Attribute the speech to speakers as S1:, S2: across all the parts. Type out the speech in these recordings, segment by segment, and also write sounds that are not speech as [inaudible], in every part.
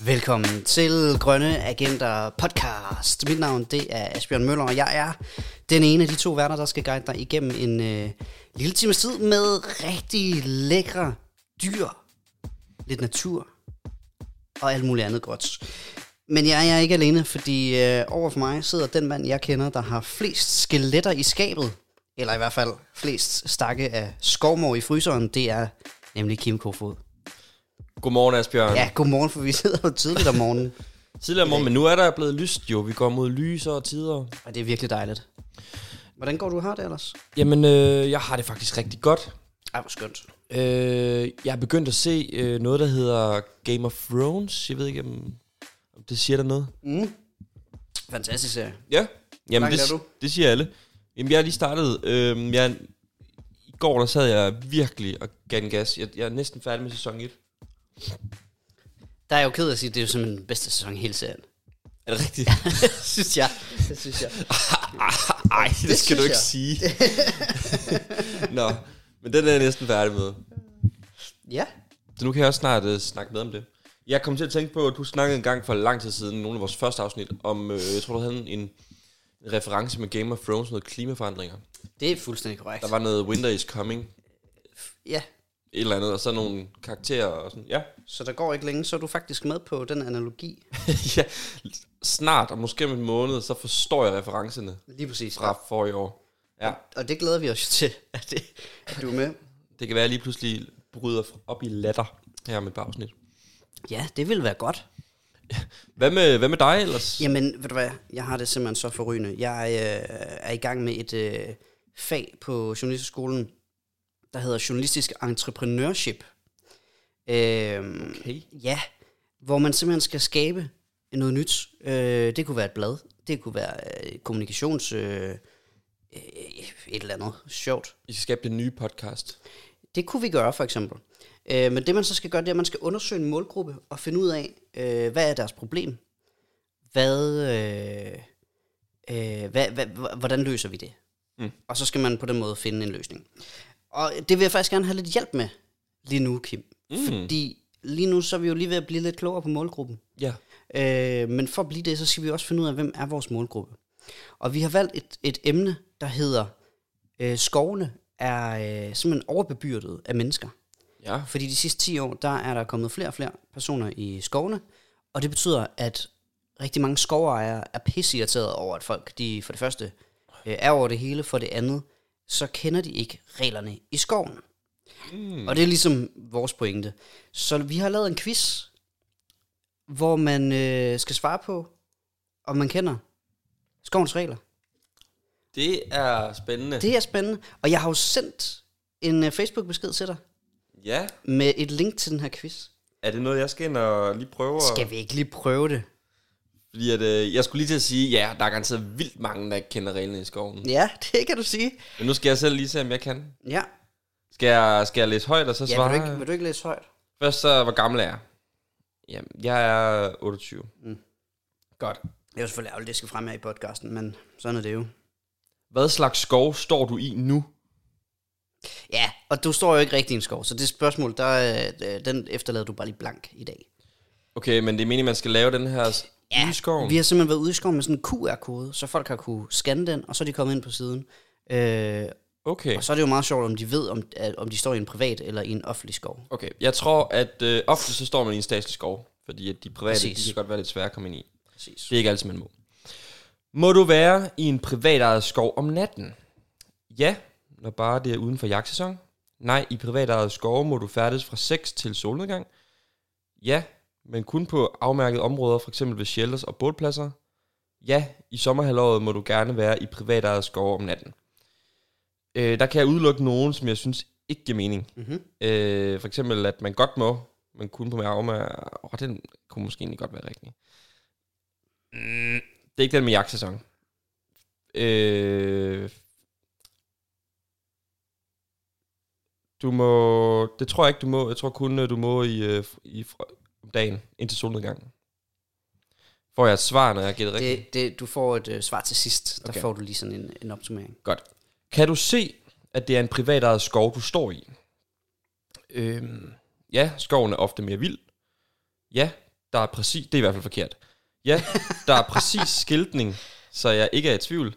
S1: Velkommen til Grønne Agenter podcast. Mit navn det er Asbjørn Møller, og jeg er den ene af de to værter, der skal guide dig igennem en øh, lille times tid med rigtig lækre dyr, lidt natur og alt muligt andet godt. Men jeg er ikke alene, fordi øh, over for mig sidder den mand, jeg kender, der har flest skeletter i skabet, eller i hvert fald flest stakke af skovmor i fryseren, det er nemlig Kim Kofod.
S2: Godmorgen, Asbjørn.
S1: Ja, godmorgen, for vi sidder jo tidligt om morgenen.
S2: Tidligere morgen, men nu er der blevet lyst jo. Vi går mod lysere tider.
S1: Og det er virkelig dejligt. Hvordan går du her det ellers?
S2: Jamen, øh, jeg har det faktisk rigtig godt.
S1: Ej, hvor skønt.
S2: Øh, jeg er begyndt at se øh, noget, der hedder Game of Thrones. Jeg ved ikke, om, om det siger der noget.
S1: Mm. Fantastisk serie.
S2: Ja. Jamen,
S1: langt
S2: det,
S1: er du?
S2: det siger alle. Jamen, jeg er lige startet. Øh, jeg, I går, der sad jeg virkelig og gav den gas. Jeg, jeg er næsten færdig med sæson 1.
S1: Der er jeg jo ked af at sige, at det er jo simpelthen den bedste sæson i hele serien. [laughs]
S2: Er det [laughs] rigtigt?
S1: synes jeg. Det synes jeg.
S2: Ej, det, det skal
S1: synes
S2: du ikke
S1: jeg. [laughs]
S2: jeg. sige. Nå, men den er jeg næsten færdig med.
S1: Ja.
S2: Så nu kan jeg også snart øh, snakke med om det. Jeg kom til at tænke på, at du snakkede en gang for lang tid siden, i nogle af vores første afsnit, om, øh, jeg tror, du havde en, en reference med Game of Thrones, noget klimaforandringer.
S1: Det er fuldstændig korrekt.
S2: Der var noget Winter is Coming,
S1: Ja,
S2: et eller andet, og så nogle karakterer og sådan. Ja, [laughs]
S1: så der går ikke længe, så er du faktisk med på den analogi.
S2: ja. snart, og måske om en måned, så forstår jeg referencerne
S1: Lige præcis.
S2: fra for i år. Ja,
S1: Og det glæder vi os jo til, at, det, at du er med.
S2: det kan være, at jeg lige pludselig bryder op i latter her med et par afsnit.
S1: Ja, det ville være godt.
S2: Hvad med, hvad med dig ellers?
S1: Jamen, ved du hvad, jeg har det simpelthen så forrygende. Jeg øh, er i gang med et øh, fag på journalisterskolen, der hedder journalistisk entreprenørship. Øh,
S2: Okay.
S1: Ja, hvor man simpelthen skal skabe noget nyt. Øh, det kunne være et blad, det kunne være øh, kommunikations... Øh, øh, et eller andet sjovt.
S2: I skal skabe det nye podcast.
S1: Det kunne vi gøre, for eksempel. Øh, men det, man så skal gøre, det er, at man skal undersøge en målgruppe og finde ud af, øh, hvad er deres problem? Hvad, øh, øh, hvad, hvad, hv- hvordan løser vi det? Mm.
S2: Mm.
S1: Og så skal man på den måde finde en løsning. Og det vil jeg faktisk gerne have lidt hjælp med lige nu, Kim. Mm.
S2: Mm.
S1: Fordi lige nu så er vi jo lige ved at blive lidt klogere på målgruppen.
S2: Ja.
S1: Øh, men for at blive det, så skal vi også finde ud af, hvem er vores målgruppe. Og vi har valgt et, et emne, der hedder, øh, skovene er øh, simpelthen overbebyrdet af mennesker.
S2: Ja.
S1: Fordi de sidste 10 år, der er der kommet flere og flere personer i skovene, og det betyder, at rigtig mange skovejere er pissirriterede over, at folk, de for det første øh, er over det hele, for det andet, så kender de ikke reglerne i skoven. Mm. Og det er ligesom vores pointe. Så vi har lavet en quiz, hvor man øh, skal svare på, om man kender skovens regler.
S2: Det er spændende.
S1: Det er spændende, og jeg har jo sendt en øh, Facebook-besked til dig
S2: Ja.
S1: med et link til den her quiz.
S2: Er det noget, jeg skal ind og lige prøve? at-
S1: Skal vi ikke lige prøve det?
S2: Fordi at, øh, jeg skulle lige til at sige, ja, der er garanteret vildt mange, der ikke kender reglerne i skoven. Ja.
S1: Ja, [laughs] det kan du sige.
S2: Men nu skal jeg selv lige se, om jeg kan.
S1: Ja,
S2: Skal jeg, skal jeg læse højt, og så
S1: ja
S2: svare?
S1: vil, du ikke, vil du ikke læse højt?
S2: Først så, hvor gammel er jeg? Jamen, jeg er 28. Mm. Godt.
S1: Det er jo selvfølgelig ærgerligt, det skal frem her i podcasten, men sådan er det jo.
S2: Hvad slags skov står du i nu?
S1: Ja, og du står jo ikke rigtig i en skov, så det spørgsmål, der, øh, den efterlader du bare lige blank i dag.
S2: Okay, men det er meningen, man skal lave den her s- ude i skoven.
S1: Vi har simpelthen været ude i skoven med sådan en QR-kode, så folk har kunne scanne den, og så er de kommet ind på siden. Øh,
S2: Okay.
S1: og så er det jo meget sjovt, om de ved, om, at, om de står i en privat eller i en offentlig skov.
S2: okay. Jeg tror, at øh, ofte så står man i en statslig skov, fordi at de private,
S1: Præcis.
S2: de kan godt være lidt svære at komme ind i.
S1: Præcis.
S2: Det er ikke altid, man må. Må du være i en privatejet skov om natten? Ja, når bare det er uden for jagtsæson. Nej, i privatejet skove må du færdes fra 6 til solnedgang. Ja, men kun på afmærkede områder, f.eks. ved shelters og bålpladser. Ja, i sommerhalvåret må du gerne være i privatejet skove om natten. Øh, der kan jeg udelukke nogen, som jeg synes ikke giver mening.
S1: Mm-hmm.
S2: Øh, for eksempel, at man godt må, men kun på mave med... Åh, den kunne måske egentlig godt være rigtig. Mm, det er ikke den med jagtsæson. Øh, du må... Det tror jeg ikke, du må. Jeg tror kun, øh, du må i, øh, i fr- om dagen, indtil solnedgangen. Får jeg et svar, når jeg gætter rigtigt?
S1: Det, det, du får et øh, svar til sidst, der okay.
S2: Okay.
S1: får du lige sådan en, en opsummering.
S2: Godt. Kan du se, at det er en privatejet skov, du står i? Øhm, ja, skoven er ofte mere vild. Ja, der er præcis... Det er i hvert fald forkert. Ja, der er præcis skiltning, så jeg ikke er i tvivl.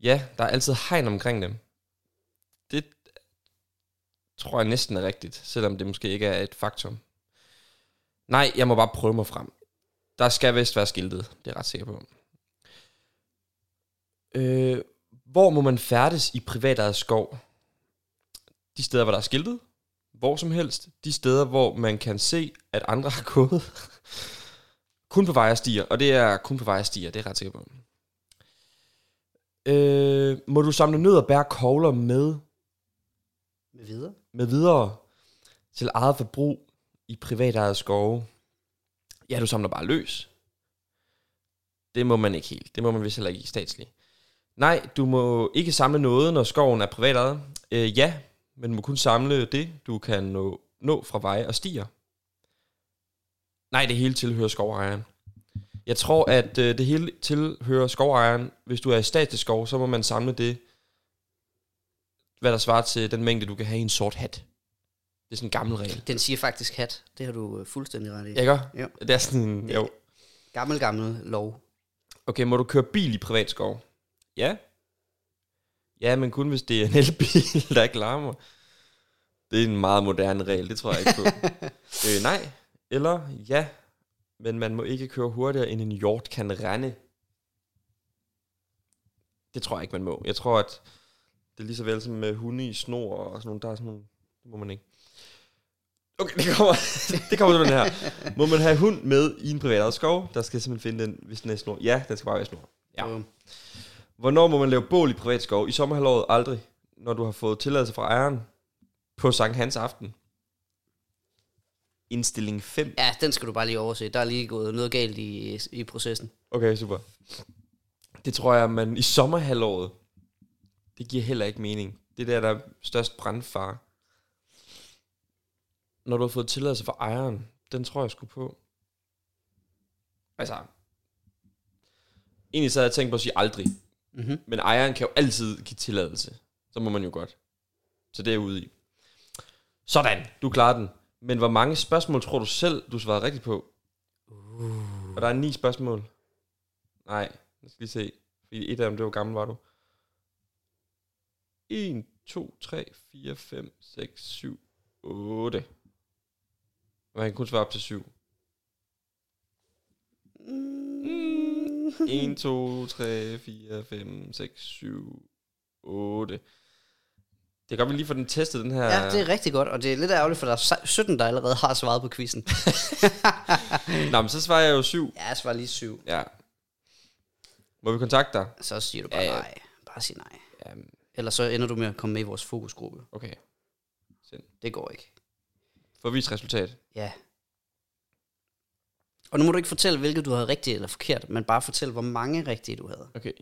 S2: Ja, der er altid hegn omkring dem. Det tror jeg næsten er rigtigt, selvom det måske ikke er et faktum. Nej, jeg må bare prøve mig frem. Der skal vist være skiltet, det er jeg ret sikker på. Øh, hvor må man færdes i privatejet skov? De steder, hvor der er skiltet. Hvor som helst. De steder, hvor man kan se, at andre [laughs] har gået. kun på veje og stier. Og det er kun på veje og stier, det er jeg ret sikker på. Øh, må du samle nødder, bære kogler med
S1: Med videre.
S2: med videre til eget forbrug i privatejet skove. Ja, du samler bare løs. Det må man ikke helt. Det må man vist heller ikke i statslig. Nej, du må ikke samle noget, når skoven er privatejet. Øh, ja, men du må kun samle det, du kan nå, nå fra veje og stier. Nej, det hele tilhører skovejeren. Jeg tror, at øh, det hele tilhører skovejeren. Hvis du er i statslig skov, så må man samle det, hvad der svarer til den mængde, du kan have i en sort hat. Det er sådan en gammel regel.
S1: Den siger faktisk hat. Det har du øh, fuldstændig ret i.
S2: Jeg gør?
S1: Jo.
S2: Det er sådan en, jo.
S1: Gammel, gammel lov.
S2: Okay, må du køre bil i privat skov? Ja. Ja, men kun hvis det er en elbil, der ikke larmer. Det er en meget moderne regel, det tror jeg ikke på. øh, nej, eller ja, men man må ikke køre hurtigere, end en hjort kan rende. Det tror jeg ikke, man må. Jeg tror, at det er lige så vel som med hunde i snor og sådan nogle, der er sådan nogle, det må man ikke. Okay, det kommer, [laughs] det kommer til den her. Må man have hund med i en privat skov? Der skal jeg simpelthen finde den, hvis den er i snor. Ja, den skal bare være i snor. Ja.
S1: Bum.
S2: Hvornår må man lave bål i privat skov? I sommerhalvåret aldrig, når du har fået tilladelse fra ejeren på Sankt Hans aften. Indstilling 5.
S1: Ja, den skal du bare lige overse. Der er lige gået noget galt i, i processen.
S2: Okay, super. Det tror jeg, man i sommerhalvåret, det giver heller ikke mening. Det er der, der er størst brandfare. Når du har fået tilladelse fra ejeren, den tror jeg skulle på. Altså, egentlig så havde jeg tænkt på at sige aldrig,
S1: Mm-hmm.
S2: men ejeren kan jo altid give tilladelse. Så må man jo godt. Så det er jeg ude i. Sådan, du klarer den. Men hvor mange spørgsmål tror du selv, du svarede rigtigt på? Uh. Og der er ni spørgsmål. Nej, jeg skal lige se. Fordi et af dem, det var gammel, var du. 1, 2, 3, 4, 5, 6, 7, 8. Man kan kun svare op til 7. 1, 2, 3, 4, 5, 6, 7, 8. Det kan godt, vi lige får den testet, den her.
S1: Ja, det er rigtig godt, og det er lidt ærgerligt, for der er se- 17, der allerede har svaret på quizzen.
S2: Nå, men så svarer jeg jo 7.
S1: Ja, jeg svarer lige syv.
S2: Ja. Må vi kontakte dig?
S1: Så siger du bare
S2: Ja, ja.
S1: nej. Bare sig nej.
S2: Ja,
S1: Ellers så ender du med at komme med i vores fokusgruppe.
S2: okay.
S1: Det går ikke.
S2: Får vi et resultat?
S1: Ja. Og nu må du ikke fortælle, hvilket du havde rigtigt eller forkert, men bare fortælle, hvor mange rigtige du havde.
S2: Okay.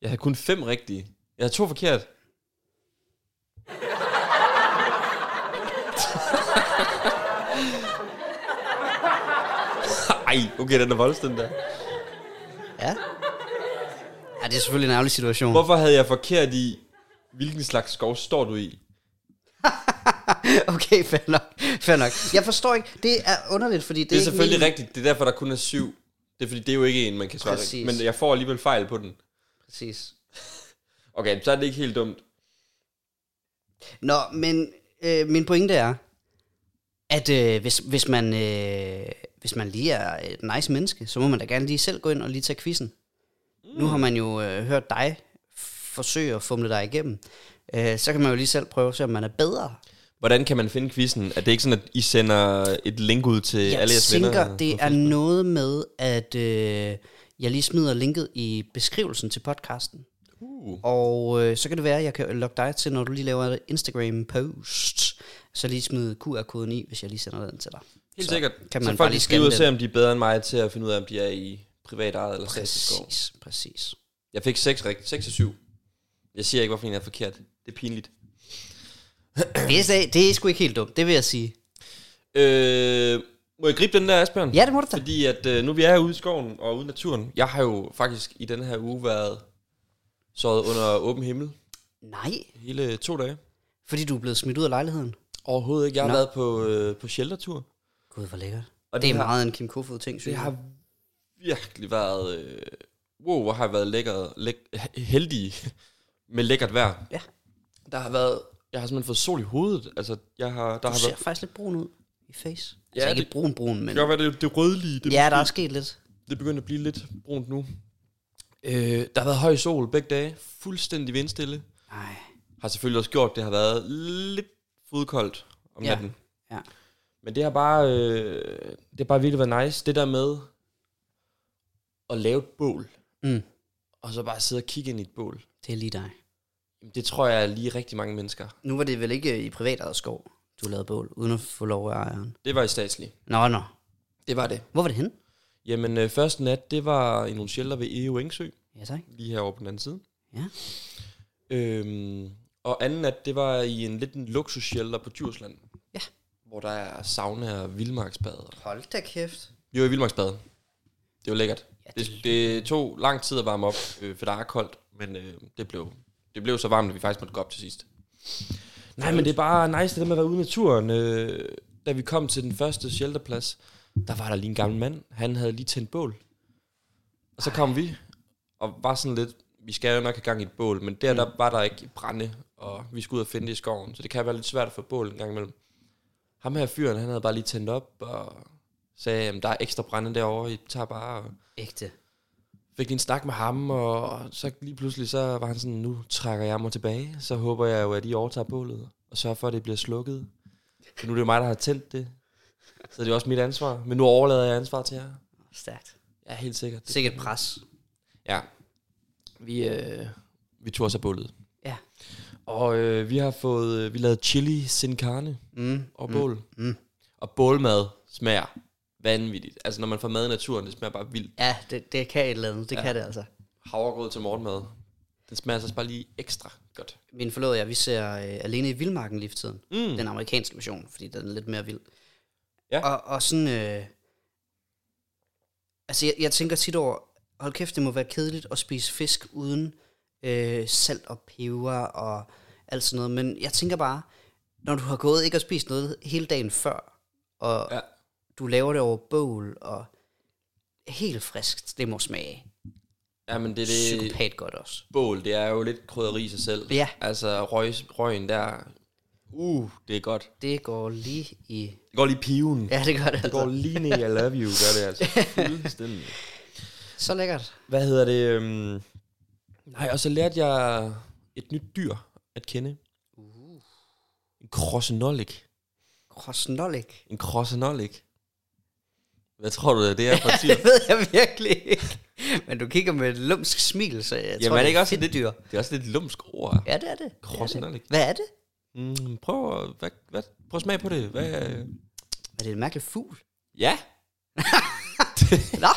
S2: Jeg havde kun fem rigtige. Jeg havde to forkert. Ej, okay, den er voldsom der.
S1: Ja. Ja, det er selvfølgelig en ærgerlig situation.
S2: Hvorfor havde jeg forkert i, hvilken slags skov står du i?
S1: [laughs] Okay, fair nok. fair nok. Jeg forstår ikke. Det er underligt, fordi det,
S2: Det er
S1: ikke
S2: selvfølgelig
S1: min...
S2: rigtigt. Det er derfor, der kun er syv. Det er fordi, det er jo ikke en, man kan svare
S1: Præcis.
S2: rigtigt. Men jeg får alligevel fejl på den.
S1: Præcis.
S2: Okay, så er det ikke helt dumt.
S1: Nå, men øh, min pointe er, at øh, hvis, hvis, man, øh, hvis man lige er et nice menneske, så må man da gerne lige selv gå ind og lige tage quizzen. Mm. Nu har man jo øh, hørt dig forsøge at fumle dig igennem. Øh, så kan man jo lige selv prøve at se, om man er bedre.
S2: Hvordan kan man finde quizzen? Er det ikke sådan, at I sender et link ud til
S1: Jeg
S2: alle jeres venner?
S1: tænker, det er noget med, at øh, jeg lige smider linket i beskrivelsen til podcasten.
S2: Uh,
S1: Og øh, så kan det være, at jeg kan logge dig til, når du lige laver et Instagram-post. Så lige smid QR-koden i, hvis jeg lige sender den til dig.
S2: helt
S1: så
S2: sikkert.
S1: kan
S2: så
S1: man
S2: folk
S1: bare
S2: kan
S1: lige
S2: skrive ud og
S1: scanne
S2: se,
S1: den.
S2: om de er bedre end mig til at finde ud af, om de er i privat ejet eller statslig skov.
S1: Præcis, præcis.
S2: Jeg fik 6 rigtigt. 6 og 7. Jeg siger ikke, hvorfor en er forkert. Det er pinligt.
S1: Det er, sag- det er sgu ikke helt dumt, det vil jeg sige.
S2: Øh, må jeg gribe den der, Asbjørn?
S1: Ja, det må du da.
S2: Fordi at øh, nu vi er ude i skoven og ude i naturen, jeg har jo faktisk i den her uge været såret under åben himmel
S1: Nej,
S2: hele to dage.
S1: fordi du er blevet smidt ud af lejligheden.
S2: Overhovedet ikke. Jeg har
S1: Nå.
S2: været på, øh, på sheltertur.
S1: Gud, hvor lækkert.
S2: Og
S1: Og det er
S2: har,
S1: meget en Kim Kofod ting, synes
S2: Det
S1: jeg.
S2: har virkelig været... Øh, wow, hvor har jeg været lækker, læk, heldig med lækkert vejr.
S1: Ja.
S2: Der har været... Jeg har simpelthen fået sol i hovedet. Altså, jeg har... Der
S1: Du
S2: har
S1: ser
S2: været,
S1: faktisk lidt brun ud i face. Ja,
S2: Ja,
S1: altså ikke
S2: det-
S1: brun brun, men
S2: det kan godt være, det, det rødlige. Det,
S1: ja, der er sket lidt.
S2: det begynder at blive lidt brunt nu. Øh, der har været høj sol begge dage. Fuldstændig vindstille.
S1: Nej,
S2: Har selvfølgelig også gjort, det har været lidt fodkoldt om
S1: Ja.
S2: natten.
S1: Ja.
S2: Men det har bare, øh, det har bare virkelig været nice. Det der med at lave et bål,
S1: Mm.
S2: og så bare sidde og kigge ind i et bål.
S1: det er lige dig.
S2: Jamen, Det tror jeg er lige rigtig mange mennesker.
S1: Nu var det vel ikke øh, i privat eget skov, du lavede bål, uden at få lov af ejeren.
S2: Det var i statslig.
S1: Nå, nå.
S2: Det var det.
S1: Hvor var det henne?
S2: Jamen, øh, første nat, det var i nogle shelter ved Eo Engsø,
S1: Ja, tak.
S2: lige herovre på den anden side.
S1: Ja.
S2: Øhm, og anden nat, det var i en lidt en luksus shelter på Djursland.
S1: Ja.
S2: Hvor der er sauna og vildmarksbad
S1: Hold da kæft.
S2: Vi var i Vildmarksbad. Det var lækkert.
S1: Ja,
S2: Det, det tog lang tid at varme op, øh, for der er koldt, men øh, det, blev, det blev så varmt, at vi faktisk måtte gå op til sidst. Nej, men det er bare nice, det der med at være ude i naturen. Øh, da vi kom til den første shelterplads, der var der lige en gammel mand. Han havde lige tændt bål. Og så kom vi, og var sådan lidt, vi skal jo nok have gang i et bål, men der, der var der ikke brænde, og vi skulle ud og finde det i skoven, så det kan være lidt svært at få bål en gang imellem. Ham her fyren, han havde bare lige tændt op, og sagde, at der er ekstra brænde derovre, I tager bare... Og
S1: Ægte.
S2: fik lige en snak med ham, og så lige pludselig, så var han sådan, nu trækker jeg mig tilbage, så håber jeg jo, at I overtager bålet, og sørger for, at det bliver slukket. For nu er det jo mig, der har tændt det, så det er også mit ansvar, men nu overlader jeg ansvar til jer.
S1: Stærkt.
S2: Ja, helt sikkert.
S1: Sikkert pres.
S2: Ja. Vi, øh, vi tog os af bålet.
S1: Ja.
S2: Og øh, vi har fået, øh, vi lavede chili sin carne
S1: Mm.
S2: og bål.
S1: Mm.
S2: Og bålmad smager vanvittigt. Altså når man får mad i naturen, det smager bare vildt.
S1: Ja, det, det kan et eller andet. Det
S2: Ja.
S1: ja. kan det altså.
S2: Havregrød til morgenmad. Den smager altså bare lige ekstra godt.
S1: Min forlovede og jeg, vi ser øh, alene i Vildmarken lige for tiden.
S2: Mm.
S1: Den amerikanske version, fordi den er lidt mere vild.
S2: Ja.
S1: Og, og sådan... Øh, altså, jeg, jeg tænker tit over, hold kæft, det må være kedeligt at spise fisk uden øh, salt og peber og alt sådan noget. Men jeg tænker bare, når du har gået ikke og spist noget hele dagen før, og
S2: Ja.
S1: ja. du laver det over bål, og helt friskt, det må smage
S2: Ja, men det er det
S1: psykopat godt også.
S2: bål, det er jo lidt krydderi i sig selv.
S1: Ja.
S2: Altså røg, røgen der, uh, det er godt.
S1: Det går lige i...
S2: Det går lige piven.
S1: Ja, det gør det
S2: Det går
S1: altså.
S2: lige ned, i I love you, gør det
S1: [laughs]
S2: altså. Fuldstændig.
S1: Så lækkert.
S2: Hvad hedder det? øhm, Nej, og så lærte jeg et nyt dyr at kende.
S1: Uh.
S2: En krossenollik.
S1: Krosnolik.
S2: En krossenollik. Hvad tror du, det er for et dyr?
S1: [laughs] Det ved jeg virkelig ikke. Men du kigger med et lumsk smil, så jeg tror,
S2: er det
S1: det
S2: ikke
S1: er
S2: også
S1: et fedt dyr.
S2: det er også lidt lumsk ord.
S1: Ja, det er det.
S2: Krossenollik.
S1: Hvad er det?
S2: Mm, prøv, at, hvad, hvad, prøv at smage på det. Hvad, øh,
S1: Er det en mærkelig
S2: [laughs]
S1: fugl?
S2: ja,
S1: Nå!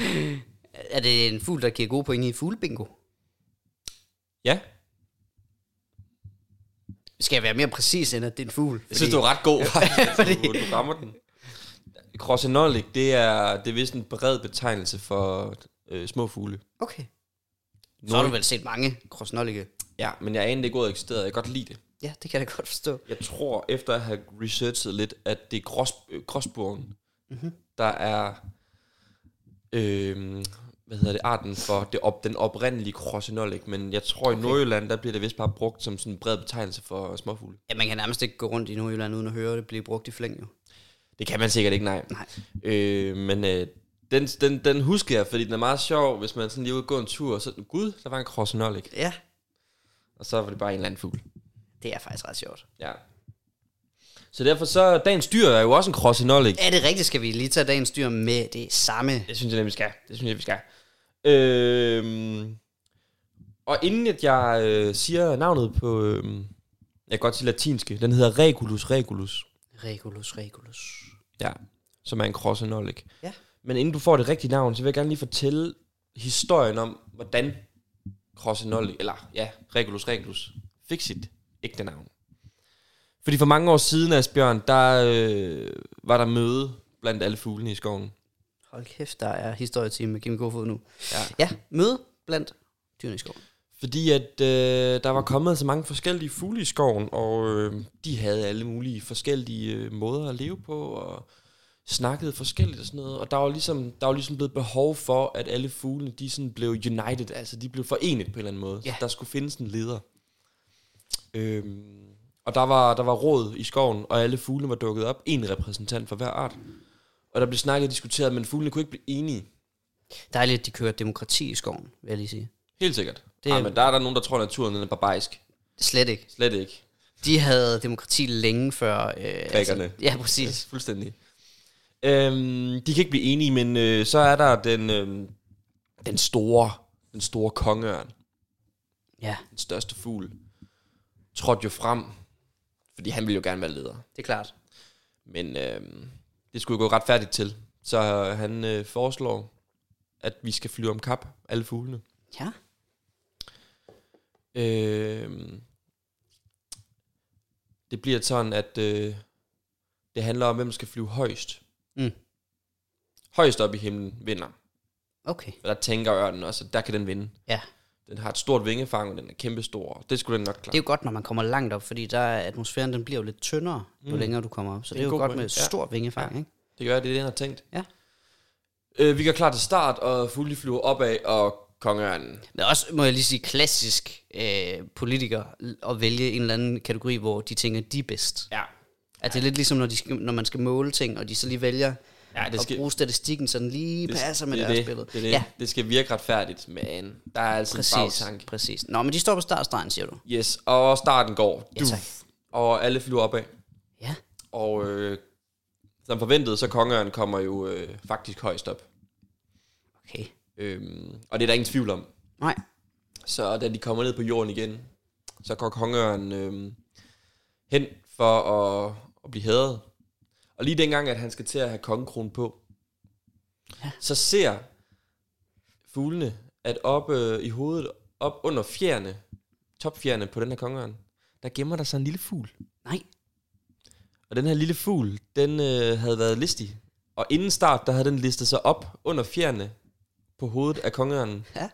S1: [laughs] er det en fugl, der giver gode point i fuglebingo?
S2: ja.
S1: Skal jeg være mere præcis, end at det er en fugl?
S2: Jeg synes, du er [laughs] ret god.
S1: fordi-
S2: du, du rammer den. Krossenollik, det er, det er vist en bred betegnelse for øh, små fugle.
S1: Okay. Så har du vel set mange krosnolike.
S2: Ja, men jeg anede ikke ordet eksisterede. Jeg kan godt lide det.
S1: Ja, det kan jeg da godt forstå.
S2: Jeg tror, efter at have researchet lidt, at det er grås, øh, gråsbogen, mm-hmm. der er øh, hvad hedder det, arten for det op, den oprindelige krossenollik. Men jeg tror, i Nordjylland, der bliver det vist bare brugt som sådan en bred betegnelse for småfugle.
S1: Ja, man kan nærmest ikke gå rundt i Nordjylland uden at høre det blive brugt i flæng, jo.
S2: Det kan man sikkert ikke, nej.
S1: Nej.
S2: Øh, men øh, den, den, den husker jeg, fordi den er meget sjov, hvis man sådan lige er ude og gå en tur, og så, gud, der var en krossenollik.
S1: Ja,
S2: Og så var det bare en eller anden fugl.
S1: det er faktisk ret sjovt.
S2: Ja. Så derfor så, dagens dyr er jo også en krossenollik.
S1: Er det rigtigt, skal vi lige tage dagens dyr med det samme?
S2: Det synes jeg nemlig, vi skal. Det synes jeg, vi skal. Øhm, og inden at jeg øh, siger navnet på, øhm, jeg kan godt sige latinske, den hedder Regulus Regulus,
S1: Regulus, regulus.
S2: ja. som er en krossenollik.
S1: Ja.
S2: Men inden du får det rigtige navn, så vil jeg gerne lige fortælle historien om, hvordan krossenollik, eller ja, Regulus Regulus, fik sit ægte navn. Fordi for mange år siden, Asbjørn, der øh, var der møde blandt alle fuglene i skoven.
S1: Hold kæft, der er historietime med Kim Kofod nu.
S2: Ja.
S1: ja møde blandt dyrene i skoven.
S2: Fordi at øh, der var kommet så mange forskellige fugle i skoven, og øh, de havde alle mulige forskellige øh, måder at leve på, og snakkede forskelligt og sådan noget. Og der var ligesom, der var ligesom blevet behov for, at alle fuglene de sådan blev united, altså de blev forenet på en eller anden måde.
S1: Ja.
S2: Så der skulle findes en leder. Øhm, og der var, der var råd i skoven, og alle fuglene var dukket op. En repræsentant for hver art. Og der blev snakket og diskuteret, men fuglene kunne ikke blive enige.
S1: Dejligt, at de kører demokrati i skoven, vil jeg lige sige.
S2: Helt sikkert.
S1: Det-
S2: Det... Ej, men der er der nogen, der tror, at naturen den er barbarisk.
S1: Slet ikke.
S2: Slet ikke.
S1: De havde demokrati længe før... Øh,
S2: Grækerne.
S1: ja, præcis.
S2: Fuldstændig. Øhm, de kan ikke blive enige, men øh, så er der den, øh, den store, den store kongeørn,
S1: Ja,
S2: den største fugl, trådte jo frem, fordi han ville jo gerne være leder.
S1: det er klart.
S2: Men øh, det skulle jo gå ret færdigt til. Så øh, han øh, foreslår, at vi skal flyve om kap, alle fuglene.
S1: Ja.
S2: Øh, det bliver sådan, at øh, det handler om, hvem der skal flyve højst.
S1: Mm.
S2: Højst op i himlen vinder.
S1: Okay.
S2: Og der tænker ørnen også, at der kan den vinde.
S1: Ja.
S2: Den har et stort vingefang, og den er kæmpestor. Det skulle den nok klare.
S1: Det er jo godt, når man kommer langt op, fordi der er atmosfæren den bliver jo lidt tyndere, mm. jo
S2: Mm.
S1: længere du kommer op. Så det er,
S2: en
S1: jo
S2: god
S1: godt
S2: pointe,
S1: med et
S2: ja.
S1: stort vingefang, ikke?
S2: Det gør, det er det, han har tænkt.
S1: Ja.
S2: Øh, vi går klar til start, og fugle flyver opad, og kongeørnen.
S1: Men også, må jeg lige sige, klassisk øh, politiker l- at vælge en eller anden kategori, hvor de tænker, de er bedst.
S2: Ja.
S1: At det er lidt ligesom, når, de skal, når man skal måle ting, og de så lige vælger
S2: Ja, det
S1: at
S2: skal-
S1: bruge statistikken, så den lige passer med
S2: det, er
S1: deres
S2: det,
S1: billede.
S2: Det, er det.
S1: Ja,
S2: det skal virke retfærdigt, men der er altså en
S1: præcis,
S2: bagtanke.
S1: præcis. Nå, men de står på startstregen, siger du?
S2: Yes, og starten går.
S1: Ja, tak.
S2: Og alle flyver opad.
S1: Ja.
S2: Og øh, som forventet, så kongeørnen kommer jo øh, faktisk højst op.
S1: Okay.
S2: Øhm, og det er der ingen tvivl om.
S1: Nej.
S2: Så da de kommer ned på jorden igen, så går kongeøren øh, hen for at, at blive hædret. Og lige dengang, at han skal til at have kongekronen på,
S1: Ja.
S2: ja. så ser fuglene, at oppe øh, i hovedet, op under fjerne, topfjerne på den her kongeøren, der gemmer der sig en lille fugl.
S1: Nej.
S2: Og den her lille fugl, den øh, havde været listig. Og inden start, der havde den listet sig op under fjerne på hovedet af kongeørnen.
S1: Ja.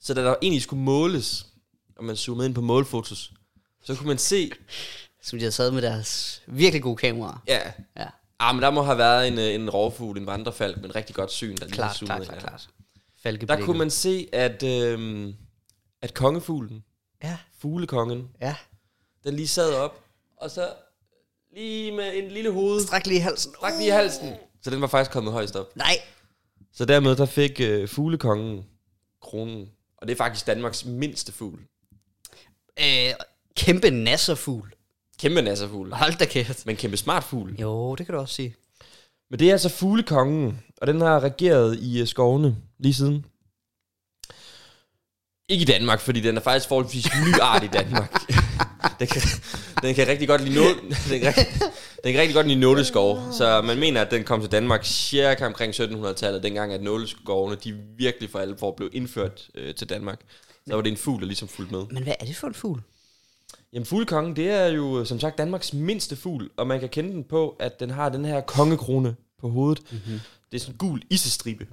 S2: Så da der egentlig skulle måles, og man zoomede ind på målfotos, så kunne man se,
S1: Som de havde taget med deres virkelig gode kameraer.
S2: ja,
S1: Ja,
S2: ah, men der må have været en, øh, en rovfugl, en vandrefalk, men rigtig godt syn, der lige
S1: klart,
S2: havde zoomet
S1: klart,
S2: ind,
S1: klart,
S2: ja.
S1: klart. Falkeblikket.
S2: Der kunne man se, at, øh, at kongefuglen,
S1: Ja,
S2: fuglekongen,
S1: ja.
S2: den lige sad op, og så lige med en lille hoved,
S1: Stræk lige i halsen.
S2: strak lige i halsen. Så den var faktisk kommet højst op.
S1: Nej.
S2: Så dermed der fik øh, fuglekongen kronen. Og det er faktisk Danmarks mindste fugl.
S1: Øh, kæmpe nasserfugl.
S2: Kæmpe nasserfugl.
S1: Hold da kæft.
S2: Men kæmpe smart fugl.
S1: Jo, det kan du også sige.
S2: Men det er altså fuglekongen, og den har regeret i øh, skovene lige siden. Ikke i Danmark, fordi den er faktisk forholdsvis ny art i Danmark. den, kan, den kan rigtig godt lide nål, [laughs] den, kan, rigtig- den kan rigtig godt lide nåleskov. Så man mener, at den kom til Danmark cirka omkring 1700-tallet, dengang at nåleskovene de virkelig for alvor blev indført øh, til Danmark. Så var det en fugl, der ligesom fulgte med.
S1: Men hvad er det for en fugl?
S2: Jamen fuglekongen, det er jo øh, som sagt Danmarks mindste fugl, og man kan kende den på, at den har den her kongekrone på hovedet.
S1: Mhm.
S2: Mm-hmm. Det er sådan en gul isestribe.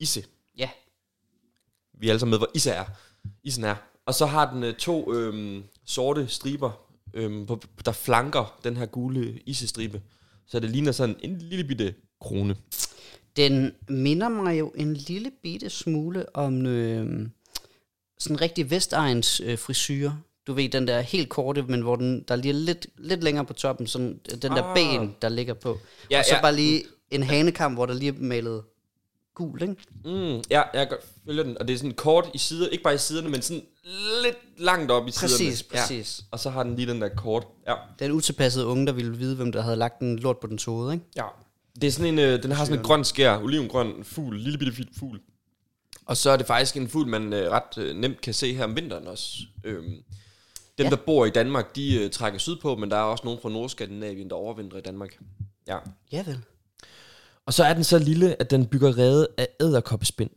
S2: Isse.
S1: Ja.
S2: Vi er alle sammen med, hvor isse er. Isen er. Og så har den øh, to øhm, sorte striber, øhm, på, der flanker den her gule isestribe. Så det ligner sådan en lille bitte krone.
S1: Den minder mig jo en lille bitte smule om øh, sådan en rigtig vestegns øh, frisyre. Du ved, den der helt korte, men hvor den, der lige er lidt, lidt længere på toppen, sådan øh, den der
S2: Ah.
S1: ben, der ligger på. Ja,
S2: Ja,
S1: og så ja.
S2: ja.
S1: bare lige en hanekam, hvor der lige er malet gul, ikke?
S2: Mm, ja, jeg kan- følger den. Og det er sådan kort i sider, ikke bare i siderne, men sådan lidt langt op i siderne.
S1: Præcis, præcis.
S2: Ja. Og så har den lige den der kort. Ja.
S1: Den utilpassede unge, der ville vide, hvem der havde lagt den lort på den hoved, ikke?
S2: Ja. Det er sådan en, øh, den har sådan en grøn skær, olivengrøn fugl, lille bitte fint fugl. Og så er det faktisk en fugl, man øh, ret øh, nemt kan se her om vinteren også. Øhm, dem,
S1: Ja.
S2: ja. der bor i Danmark, de øh, trækker sydpå, men der er også nogen fra Nordskandinavien, der overvintrer i Danmark. Ja.
S1: Ja vel.
S2: Og så er den så lille, at den bygger rede af æderkoppespind.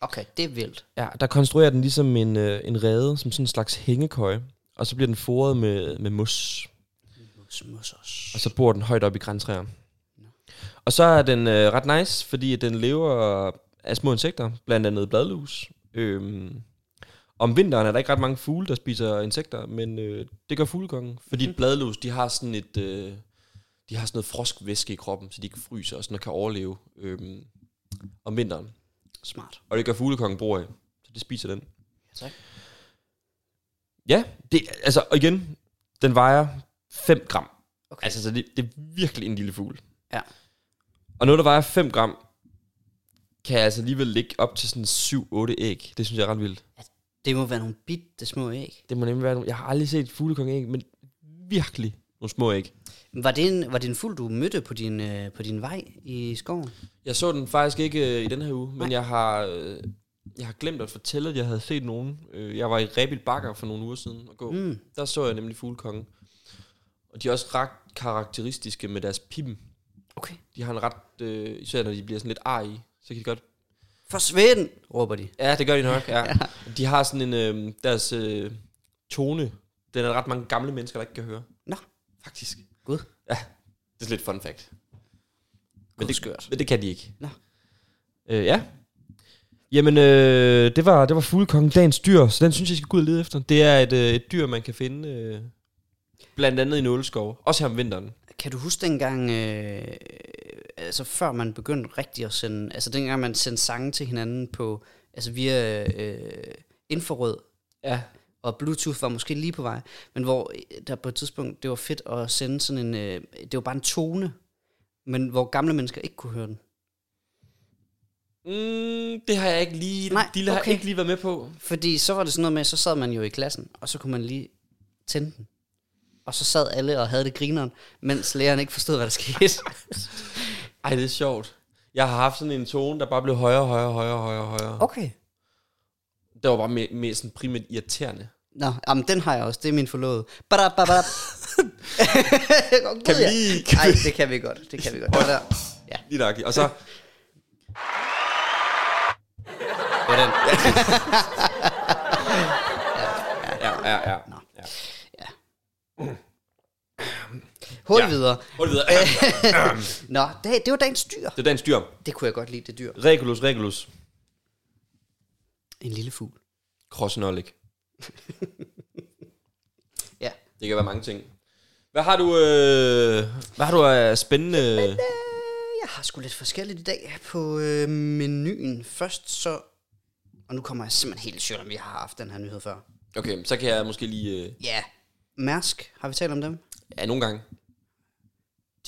S1: Okay, det er vildt.
S2: Ja, der konstruerer den ligesom en, øh, en rede, som sådan en slags hængekøje. Og så bliver den foret med, med mos.
S1: Mus, mus, os.
S2: Og så bor den højt op i græntræer. Og så er den øh, ret nice, fordi at den lever af små insekter, blandt andet bladlus. Øhm, Om vinteren er der ikke ret mange fugle, der spiser insekter, men øh, det gør fuglekongen. Fordi mm. bladlus, de har sådan et... Øh, de har sådan noget froskvæske i kroppen, så de kan fryse og sådan noget kan overleve øhm, om vinteren.
S1: Smart.
S2: Og det gør fuglekongen brug af, så det spiser den.
S1: Ja, tak.
S2: Ja, det, altså og igen, den vejer 5 gram.
S1: Okay.
S2: Altså, så det, det er virkelig en lille fugl.
S1: Ja.
S2: Og noget, der vejer 5 gram, kan altså alligevel ligge op til sådan 7-8 æg. Det synes jeg er ret vildt.
S1: Det må være nogle bitte små æg.
S2: Det må nemlig være nogle, Jeg har aldrig set fuglekong æg, men virkelig nogle små æg.
S1: Var det en, var det en fugl, du mødte på din, øh, på din vej i skoven?
S2: Jeg så den faktisk ikke øh, i den her uge, men jeg har, øh, jeg har glemt at fortælle, at jeg havde set nogen. Øh, jeg var i Rebild Bakker for nogle uger siden og gå.
S1: Mm.
S2: Der så jeg nemlig fuglekongen. Og de er også ret karakteristiske med deres pippen.
S1: Okay.
S2: De har en ret, øh, især når de bliver sådan lidt arige, så kan de godt
S1: Forsvind, råber de.
S2: Ja, det gør
S1: [laughs]
S2: de nok, ja. De har sådan en, øh, deres øh, tone, den er der ret mange gamle mennesker, der ikke kan høre.
S1: Nå.
S2: Faktisk.
S1: Gud.
S2: Ja, det er lidt fun fact.
S1: Gud,
S2: Men det,
S1: skørt.
S2: men det kan de ikke.
S1: Nå.
S2: Øh, ja. Jamen, øh, det var, det var fuglekongen, dagens dyr, så den synes jeg, I skal gå ud og lede efter. Det er et, øh, et dyr, man kan finde øh, blandt andet i nåleskov. Også her om vinteren.
S1: Kan du huske dengang, øh, altså før man begyndte rigtig at sende, altså dengang man sendte sange til hinanden på, altså via øh, infrarød,
S2: Ja.
S1: og Bluetooth var måske lige på vej, men hvor øh, der på et tidspunkt, det var fedt at sende sådan en, øh, det var bare en tone, men hvor gamle mennesker ikke kunne høre den.
S2: Mm, det har jeg ikke lige,
S1: Nej,
S2: Dille har
S1: okay.
S2: ikke lige været med på.
S1: Fordi så var det sådan noget med, så sad man jo i klassen, og så kunne man lige tænde den. Og så sad alle og havde det grineren, mens læreren ikke forstod, hvad der skete.
S2: Ej, det er sjovt. Jeg har haft sådan en tone, der bare blev højere, højere, højere, højere, højere. Okay. Det var bare mere, mere sådan primært irriterende.
S1: Nå, jamen, den har jeg også. Det er min forlovede. Bada, bada, bada.
S2: Kan vi lige-
S1: Nej, det kan vi godt. Det kan vi godt. Det var der. Ja,
S2: Lige nøjagtigt. Og så...
S1: det var den.
S2: [laughs] Ja, ja, ja.
S1: Nå.
S2: ja.
S1: Hurtigt
S2: Ja.
S1: videre.
S2: Hurtigt videre.
S1: Nå, det, det var dagens dyr.
S2: Det er dagens dyr.
S1: Det kunne jeg godt lide, det dyr.
S2: Regulus, regulus.
S1: En lille fugl.
S2: Krossenollik.
S1: Ja.
S2: Det kan være mange ting. Hvad har du, øh, hvad har du af spændende...
S1: Øh, Jeg har sgu lidt forskelligt i dag på øh, menuen. Først så... Og nu kommer jeg simpelthen helt i tvivl om vi har haft den her nyhed før.
S2: Okay, så kan jeg måske lige... Øh,
S1: Ja. Mærsk, har vi talt om dem?
S2: ja, nogle gange.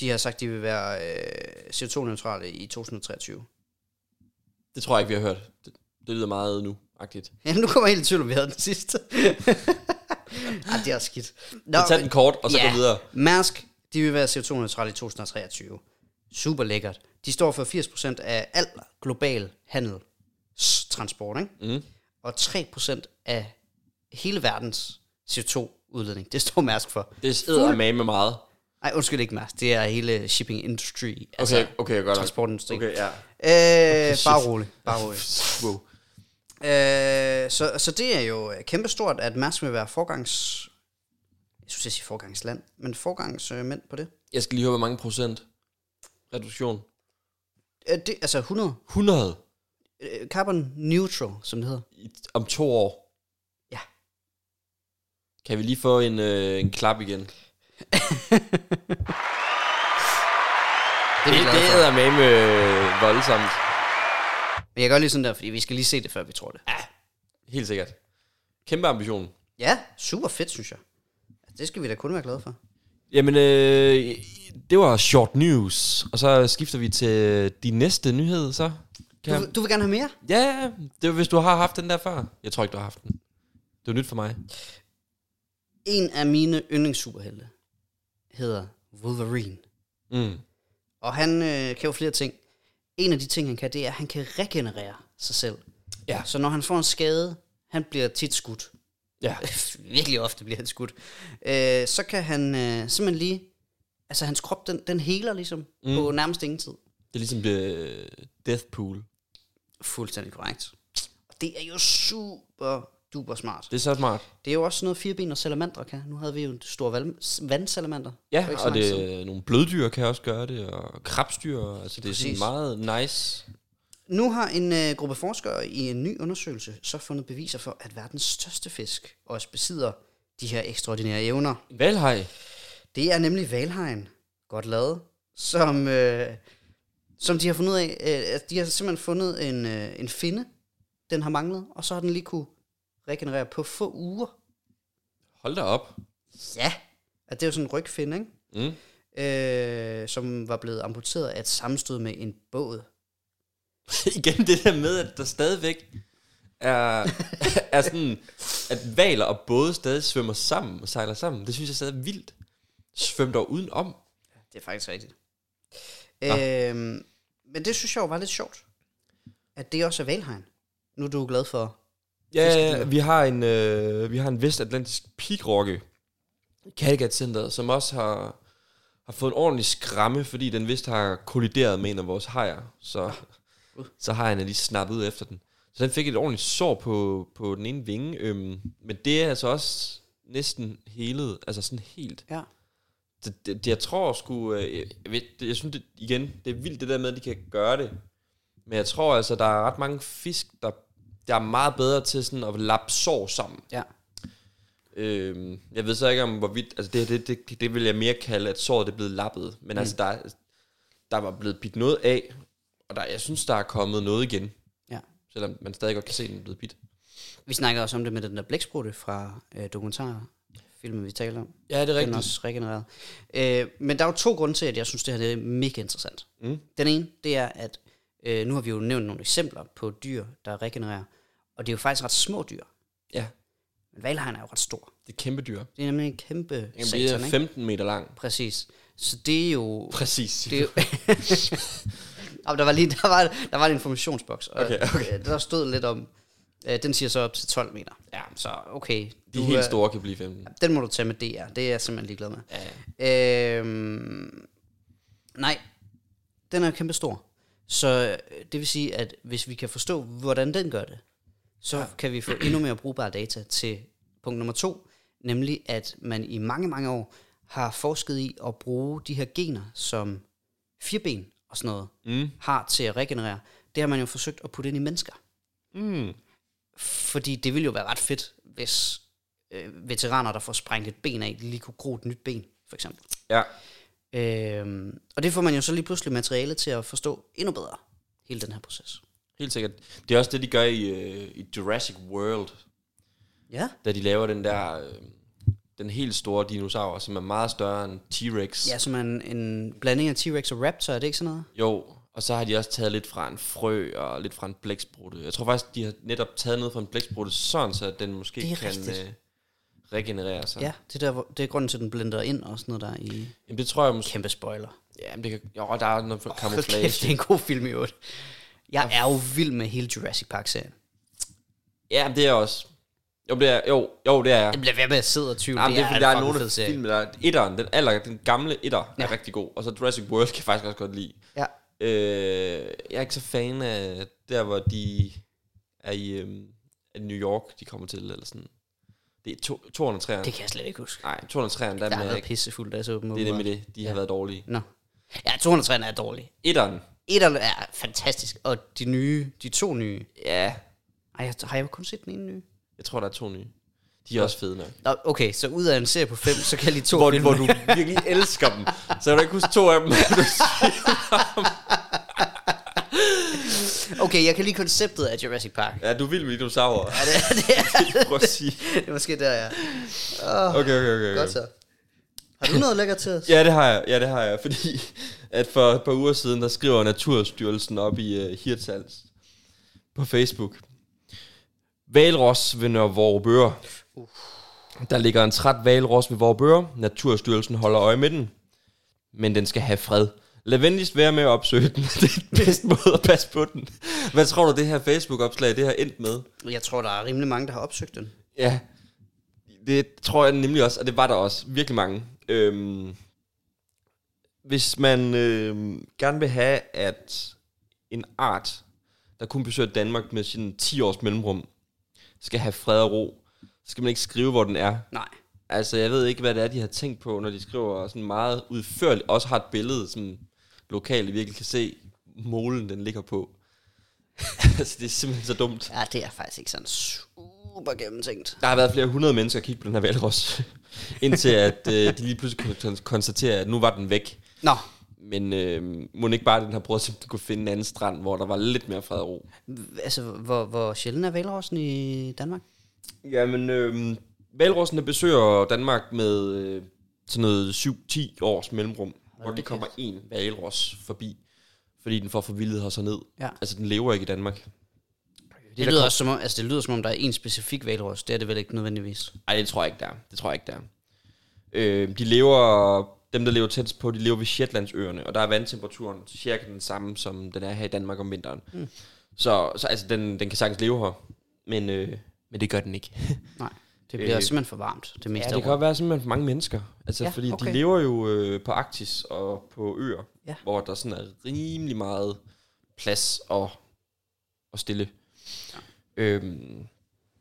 S1: De har sagt, de vil være øh, CO2-neutrale i 2023.
S2: Det tror jeg ikke, vi har hørt. Det, det lyder meget nu-agtigt.
S1: Ja, nu kommer jeg helt i tvivl om, vi havde den sidste. [laughs] Ej, det er også skidt. Nå,
S2: Så tag den kort, og så
S1: ja.
S2: gå videre.
S1: Mærsk, de vil være CO2-neutrale i 2023. Super lækkert. De står for 80% af al global handel, s- transport, ikke?
S2: Mhm.
S1: og 3% af hele verdens CO2-udledning. Det står Mærsk for.
S2: Det sidder med med meget.
S1: Nej, undskyld ikke Mærsk. Det er hele shipping industry. altså
S2: Okay, okay, godt. nok.
S1: transportindustrien.
S2: Okay, ja.
S1: Øh,
S2: shit.
S1: bare rolig. Bare rolig.
S2: Wow.
S1: Øh, så, så det er jo øh, kæmpestort, at Mærsk vil være forgangs... Jeg synes, jeg siger forgangsland, men forgangsmænd på det.
S2: Jeg skal lige høre, hvor mange procent reduktion.
S1: Øh, det altså 100.
S2: 100
S1: Øh, carbon neutral, som det hedder.
S2: i- om to år.
S1: Ja.
S2: Kan vi lige få en, øh, en klap igen? Det,
S1: Det er vi glade for.
S2: er med med voldsomt.
S1: Men jeg gør lige sådan der, fordi vi skal lige se det, før vi tror det.
S2: Helt sikkert. Kæmpe ambition.
S1: Ja, super fedt, synes jeg. Altså, Det skal vi da kun være glade for.
S2: Jamen, øh, det var short news. Og så skifter vi til de næste nyhed, så. Kan
S1: Du, du vil gerne have mere?
S2: Ja, ja, det var, hvis du har haft den der før. Jeg tror ikke, du har haft den. Det var nyt for mig.
S1: En af mine yndlingssuperhelte hedder Wolverine.
S2: Mm.
S1: Og han øh, kan jo flere ting. En af de ting, han kan, det er, at han kan regenerere sig selv.
S2: Ja.
S1: Så når han får en skade, han bliver tit skudt. [laughs]
S2: Ja.
S1: Virkelig ofte bliver han skudt. Øh, så kan han øh, simpelthen lige... Altså, hans krop, den, den heler ligesom mm. på nærmest ingen tid.
S2: Det er ligesom øh, Deathpool.
S1: Fuldstændig korrekt. Og det er jo super duper smart.
S2: Det er så smart.
S1: Det er jo også sådan noget fireben og salamander kan. Nu havde vi jo en stor valm- s- vandsalamander. for
S2: Ja,
S1: ikke så
S2: og
S1: lang
S2: det,
S1: tid.
S2: nogle bløddyr kan også gøre det, og krabstyr, altså det er sådan
S1: Præcis.
S2: meget nice.
S1: Nu har en øh, gruppe forskere i en ny undersøgelse så fundet beviser for, at verdens største fisk også besidder de her ekstraordinære evner.
S2: Valhej.
S1: Det er nemlig Valheim, godt lavet, som, øh, som de har fundet ud af, øh, at de har simpelthen fundet en, øh, en finde, den har manglet, og så har den lige kunne regenerere på få uger.
S2: Hold da op.
S1: Ja. At det er jo sådan en rygfinde, ikke?
S2: Mm. [laughs]
S1: øh, som var blevet amputeret af et sammenstød med en båd.
S2: Igen det der med, at der stadigvæk er, [laughs] er sådan, at valer og både stadig svømmer sammen og sejler sammen. Det synes jeg stadig er vildt. Svøm dog udenom.
S1: Det er faktisk rigtigt. Øh, men det synes jeg jo var lidt sjovt, at det også er Valheim. Nu er du glad for...
S2: Ja,
S1: Fiskedyr.
S2: ja, vi har en, øh, vi har en vestatlantisk pigrokke i Kattegat-centeret, som også har, har fået en ordentlig skramme, fordi den vist har kollideret med en af vores hajer. Så, så har han lige snappet ud efter den. Så den fik et ordentligt sår på, på den ene vinge. Øhm, men det er altså også næsten helet, altså sådan helt.
S1: Ja.
S2: Det, det, det jeg tror sgu, øh, jeg, ved, det, jeg synes det, igen, det er vildt det der med, at de kan gøre det. Men jeg tror altså, der er ret mange fisk, der, der er meget bedre til sådan at lappe sår sammen.
S1: Ja.
S2: Øhm, jeg ved så ikke om, hvorvidt, altså det, det, det, det vil jeg mere kalde, at såret det er blevet lappet. Men mm. altså, der, er- der var blevet bidt noget af, og der, jeg synes, der er kommet noget igen.
S1: Ja.
S2: Selvom man stadig godt kan se, at den er blevet bidt.
S1: Vi snakkede også om det med den der blæksprutte fra øh, dokumentarfilmen, vi talte om.
S2: Ja, det er
S1: Den er også regenereret. Øh, men der er jo to grunde til, at jeg synes, det her det er mega interessant.
S2: Mm.
S1: Den ene, det er, at øh, nu har vi jo nævnt nogle eksempler på dyr, der regenererer. Og det er jo faktisk ret små dyr.
S2: Ja,
S1: Men valhajen er jo ret stor.
S2: det er kæmpe dyr.
S1: Det er nemlig en kæmpe
S2: Den
S1: sektor,
S2: bliver
S1: ikke?
S2: 15 meter lang.
S1: Præcis. Så det er jo...
S2: Præcis.
S1: Det er jo [laughs] Jamen, der, var lige, der, var, der var en informationsboks, og
S2: Okay, okay.
S1: øh, der stod lidt om... øh, Den siger så op til 12 meter.
S2: Ja,
S1: Så okay.
S2: de
S1: du,
S2: helt
S1: øh,
S2: store kan blive 15.
S1: Den må du tage med DR. Det er jeg simpelthen ligeglad med.
S2: Ja.
S1: Øhm, nej, den er kæmpestor. Så øh, det vil sige, at hvis vi kan forstå, hvordan den gør det, så ja. kan vi få endnu mere brugbare data til punkt nummer to, nemlig at man i mange, mange år har forsket i at bruge de her gener, som firben og sådan noget
S2: Mm.
S1: har til at regenerere. Det har man jo forsøgt at putte ind i mennesker.
S2: Mm.
S1: Fordi det ville jo være ret fedt, hvis øh, veteraner, der får sprængt et ben af, de lige kunne gro et nyt ben, for eksempel.
S2: Ja,
S1: Øhm, og det får man jo så lige pludselig materiale til at forstå endnu bedre, hele den her proces.
S2: helt sikkert. Det er også det, de gør i, øh, i Jurassic World,
S1: Ja,
S2: da de laver den der... Øh, den helt store dinosaur, som er meget større end T-Rex.
S1: ja som en, en blanding af T-Rex og Raptor, er det ikke sådan noget?
S2: Jo, og så har de også taget lidt fra en frø og lidt fra en blæksprutte. Jeg tror faktisk, de har netop taget noget fra en blæksprutte, sådan så at den måske
S1: Det er
S2: kan
S1: rigtigt.
S2: øh, regenerere sig.
S1: Ja, det, der, hvor- det er grunden til, at den blender ind og sådan noget der i
S2: Jamen, det tror jeg måske...
S1: kæmpe spoiler.
S2: Ja, men det kan, jo, der er noget for
S1: Hold
S2: camouflage.
S1: kæft, [laughs] det er en god film i øvrigt. Jeg er jo vild med hele Jurassic Park-serien.
S2: Ja, men det er jeg også... Jo, men det er, jo, jo, det er jeg.
S1: Jeg bliver ved med at sidde og tvivle.
S2: Jamen, det er, fordi der er nogle
S1: der
S2: af filmene, der... Etteren, den, aller, den gamle etter, ja.
S1: Ja.
S2: er rigtig god. Og så Jurassic World kan jeg faktisk også godt lide.
S1: Ja,
S2: Øh, jeg er ikke så fan af der, hvor de er i øhm, er New York, de kommer til, eller sådan. Det er to, 203'eren.
S1: det kan jeg slet ikke huske.
S2: Nej, 203'eren, der
S1: Jeg har
S2: er jeg
S1: været
S2: ikke.
S1: pissefuld, da jeg så dem.
S2: Det er
S1: åbenbart.
S2: nemlig det. De ja. har været dårlige.
S1: Nå. Ja, 203 er dårlig.
S2: Etteren.
S1: Etterne er fantastisk, og de nye, de to nye.
S2: Ja.
S1: Ej, jeg har jeg jo kun set den ene nye.
S2: Jeg tror, der er to nye. De er også fede nok.
S1: Nå, okay, så ud af en serie på fem, så kan jeg lige to
S2: Hvor,
S1: film.
S2: hvor du virkelig elsker dem. Så kan du ikke huske to af dem.
S1: Okay, jeg kan lige konceptet af Jurassic Park.
S2: ja, du vil med dinosaurer.
S1: Er det, er det,
S2: Prøv at sige.
S1: det er måske der, ja.
S2: Okay, okay, okay.
S1: Godt
S2: okay.
S1: så. Har du noget lækkert til os?
S2: Øh. Ja, det har jeg. Ja, det har jeg. [laughs] Fordi at for et par uger siden, der skriver Naturstyrelsen op i uh, Hirtals på Facebook. Valros ved Nørre Vorupøre. Der ligger en træt valros ved Vorupøre. Naturstyrelsen holder øje med den. Men den skal have fred. Lad venligst være med at opsøge den. [laughs] Det er den bedste måde at passe på den. Hvad tror du, det her Facebook-opslag, det har endt med?
S1: Jeg tror, der er rimelig mange, der har opsøgt den.
S2: Ja, det tror jeg nemlig også, og det var der også virkelig mange. Øhm, hvis man øhm, gerne vil have, at en art, der kun besøger Danmark med sin 10 års mellemrum, skal have fred og ro, så skal man ikke skrive, hvor den er.
S1: Nej.
S2: Altså, jeg ved ikke, hvad det er, de har tænkt på, når de skriver sådan meget udførligt, også har et billede, som lokalt virkelig kan se, målen den ligger på. [laughs] altså, det er simpelthen så dumt.
S1: Ja, det er faktisk ikke sådan super gennemtænkt.
S2: Der har været flere hundrede mennesker at kigge på den her valros, [laughs] indtil at øh, de lige pludselig kunne kon- konstatere, at nu var den væk.
S1: Nå,
S2: Men øh, må den ikke bare den har prøvet, at kunne finde en anden strand, hvor der var lidt mere fred og ro.
S1: h- altså, hvor, hvor sjældent er valrossen i Danmark?
S2: Jamen, øh, valrossene besøger Danmark med øh, sådan noget 7-10 års mellemrum, hvor
S1: da
S2: det kommer en valros forbi, fordi den får forvildet her så ned.
S1: Ja.
S2: Altså, den lever ikke i Danmark.
S1: Det, det, lyder også som om, altså, det lyder som om, der er en specifik valros. Det er det vel ikke nødvendigvis.
S2: Nej, det tror jeg ikke, der er. Det tror jeg ikke, der er. Øh, de lever, dem der lever tæt på, de lever ved Shetlandsøerne, og der er vandtemperaturen cirka den samme, som den er her i Danmark om vinteren. Mm. Så, så altså, den, den kan sagtens leve her, men, øh, men det gør den ikke.
S1: Nej, det bliver
S2: Øh,
S1: øh, simpelthen for varmt det meste
S2: ja,
S1: af
S2: det kan
S1: året.
S2: godt være simpelthen for mange mennesker. Altså, ja,
S1: Ja,
S2: fordi okay. de
S1: okay.
S2: lever jo øh, på Arktis og på øer, ja.
S1: Ja.
S2: hvor der sådan er rimelig meget plads og, og stille. Ja. Øhm,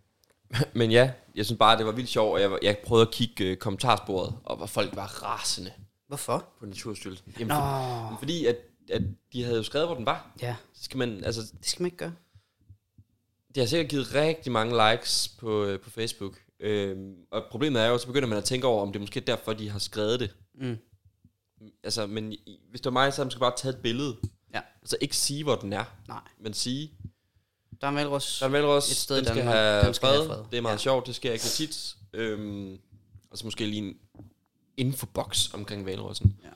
S2: [laughs] men ja, jeg synes bare, det var vildt sjovt, og jeg, var- jeg prøvede at kigge øh, kommentarsporet, og hvor folk var rasende
S1: Hvorfor?
S2: på Naturstyrelsen. Jamen,
S1: Nå,
S2: for, fordi at, at de havde jo skrevet, hvor den var.
S1: ja.
S2: Så skal man, altså,
S1: Det skal man ikke gøre.
S2: det har sikkert givet rigtig mange likes på, øh, på Facebook. Øhm, og problemet er jo, så begynder man at tænke over, om det er måske derfor, de har skrevet det.
S1: Mm.
S2: Altså, men i- hvis det var mig, så havde man skal bare tage et billede.
S1: Ja.
S2: Altså ikke sige, hvor den er,
S1: Nej,
S2: men sige,
S1: der er en valros.
S2: der er Melros,
S1: Et sted i
S2: den skal,
S1: Danmark,
S2: have,
S1: den skal
S2: fred.
S1: have fred.
S2: Det er meget ja. sjovt, det sker ikke så tit. Øhm, og så måske lige en infobox omkring Valrossen.
S1: Ja.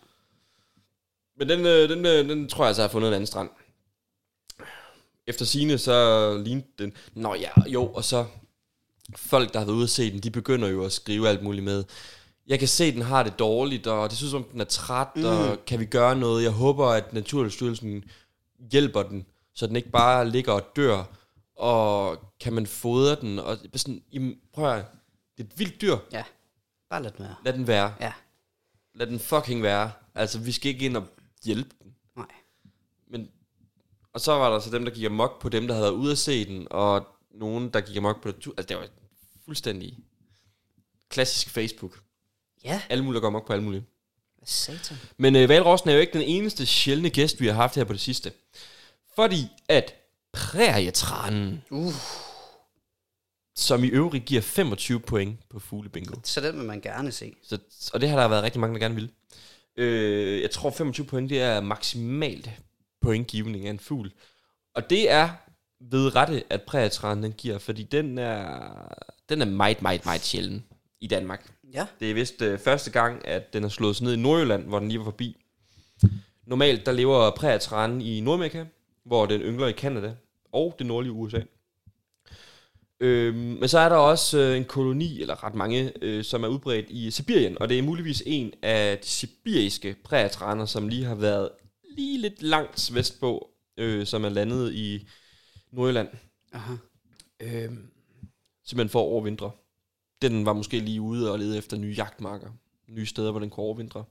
S2: Men den, øh, den, øh, den tror jeg altså har fundet en anden strand. Efter sine så lignede den... Nå ja, jo, og så... Folk, der har været ude at se den, de begynder jo at skrive alt muligt med. Jeg kan se, at den har det dårligt, og det synes som, den er træt, mm. og kan vi gøre noget? Jeg håber, at Naturstyrelsen hjælper den, så den ikke bare ligger og dør, og kan man fodre den? Og bare sådan, jamen, prøv at høre, det er et vildt dyr.
S1: Ja, bare lidt mere.
S2: Lad den være.
S1: Ja,
S2: Lad den fucking være. Altså, vi skal ikke ind og hjælpe den.
S1: nej.
S2: Men, og så var der så dem, der gik amok på dem, der havde været ude at se den, og nogen, der gik amok på natur. Altså, det var fuldstændig klassisk Facebook.
S1: Ja,
S2: Alle mulige, der går amok på alle mulige.
S1: hvad satan.
S2: Men øh, valrossen er jo ikke den eneste sjældne gæst, vi har haft her på det sidste. Fordi at prærietranen,
S1: Uh.
S2: som i øvrigt giver 25 point på fuglebingo.
S1: Så den vil man gerne se.
S2: Så, og det har der været rigtig mange, der gerne vil. Øh, jeg tror 25 point, det er maksimalt pointgivning af en fugl. Og det er ved rette, at prærietranen den giver, fordi den er, den er meget, meget, meget sjælden i Danmark.
S1: Ja,
S2: Det er vist øh, første gang, at den har slået sig ned i Nordjylland, hvor den lige var forbi. Normalt der lever præatranen i Nordamerika, hvor den yngler i Kanada og det nordlige USA. Øh, men så er der også øh, en koloni, eller ret mange, øh, som er udbredt i Sibirien, og det er muligvis en af de sibiriske præatraner, som lige har været lige lidt langt vestpå, øh, som er landet i Nordjylland.
S1: aha.
S2: Øh, simpelthen for at overvintre. Den var måske lige ude og lede efter nye jagtmarker. Nye steder, hvor den kunne overvintre.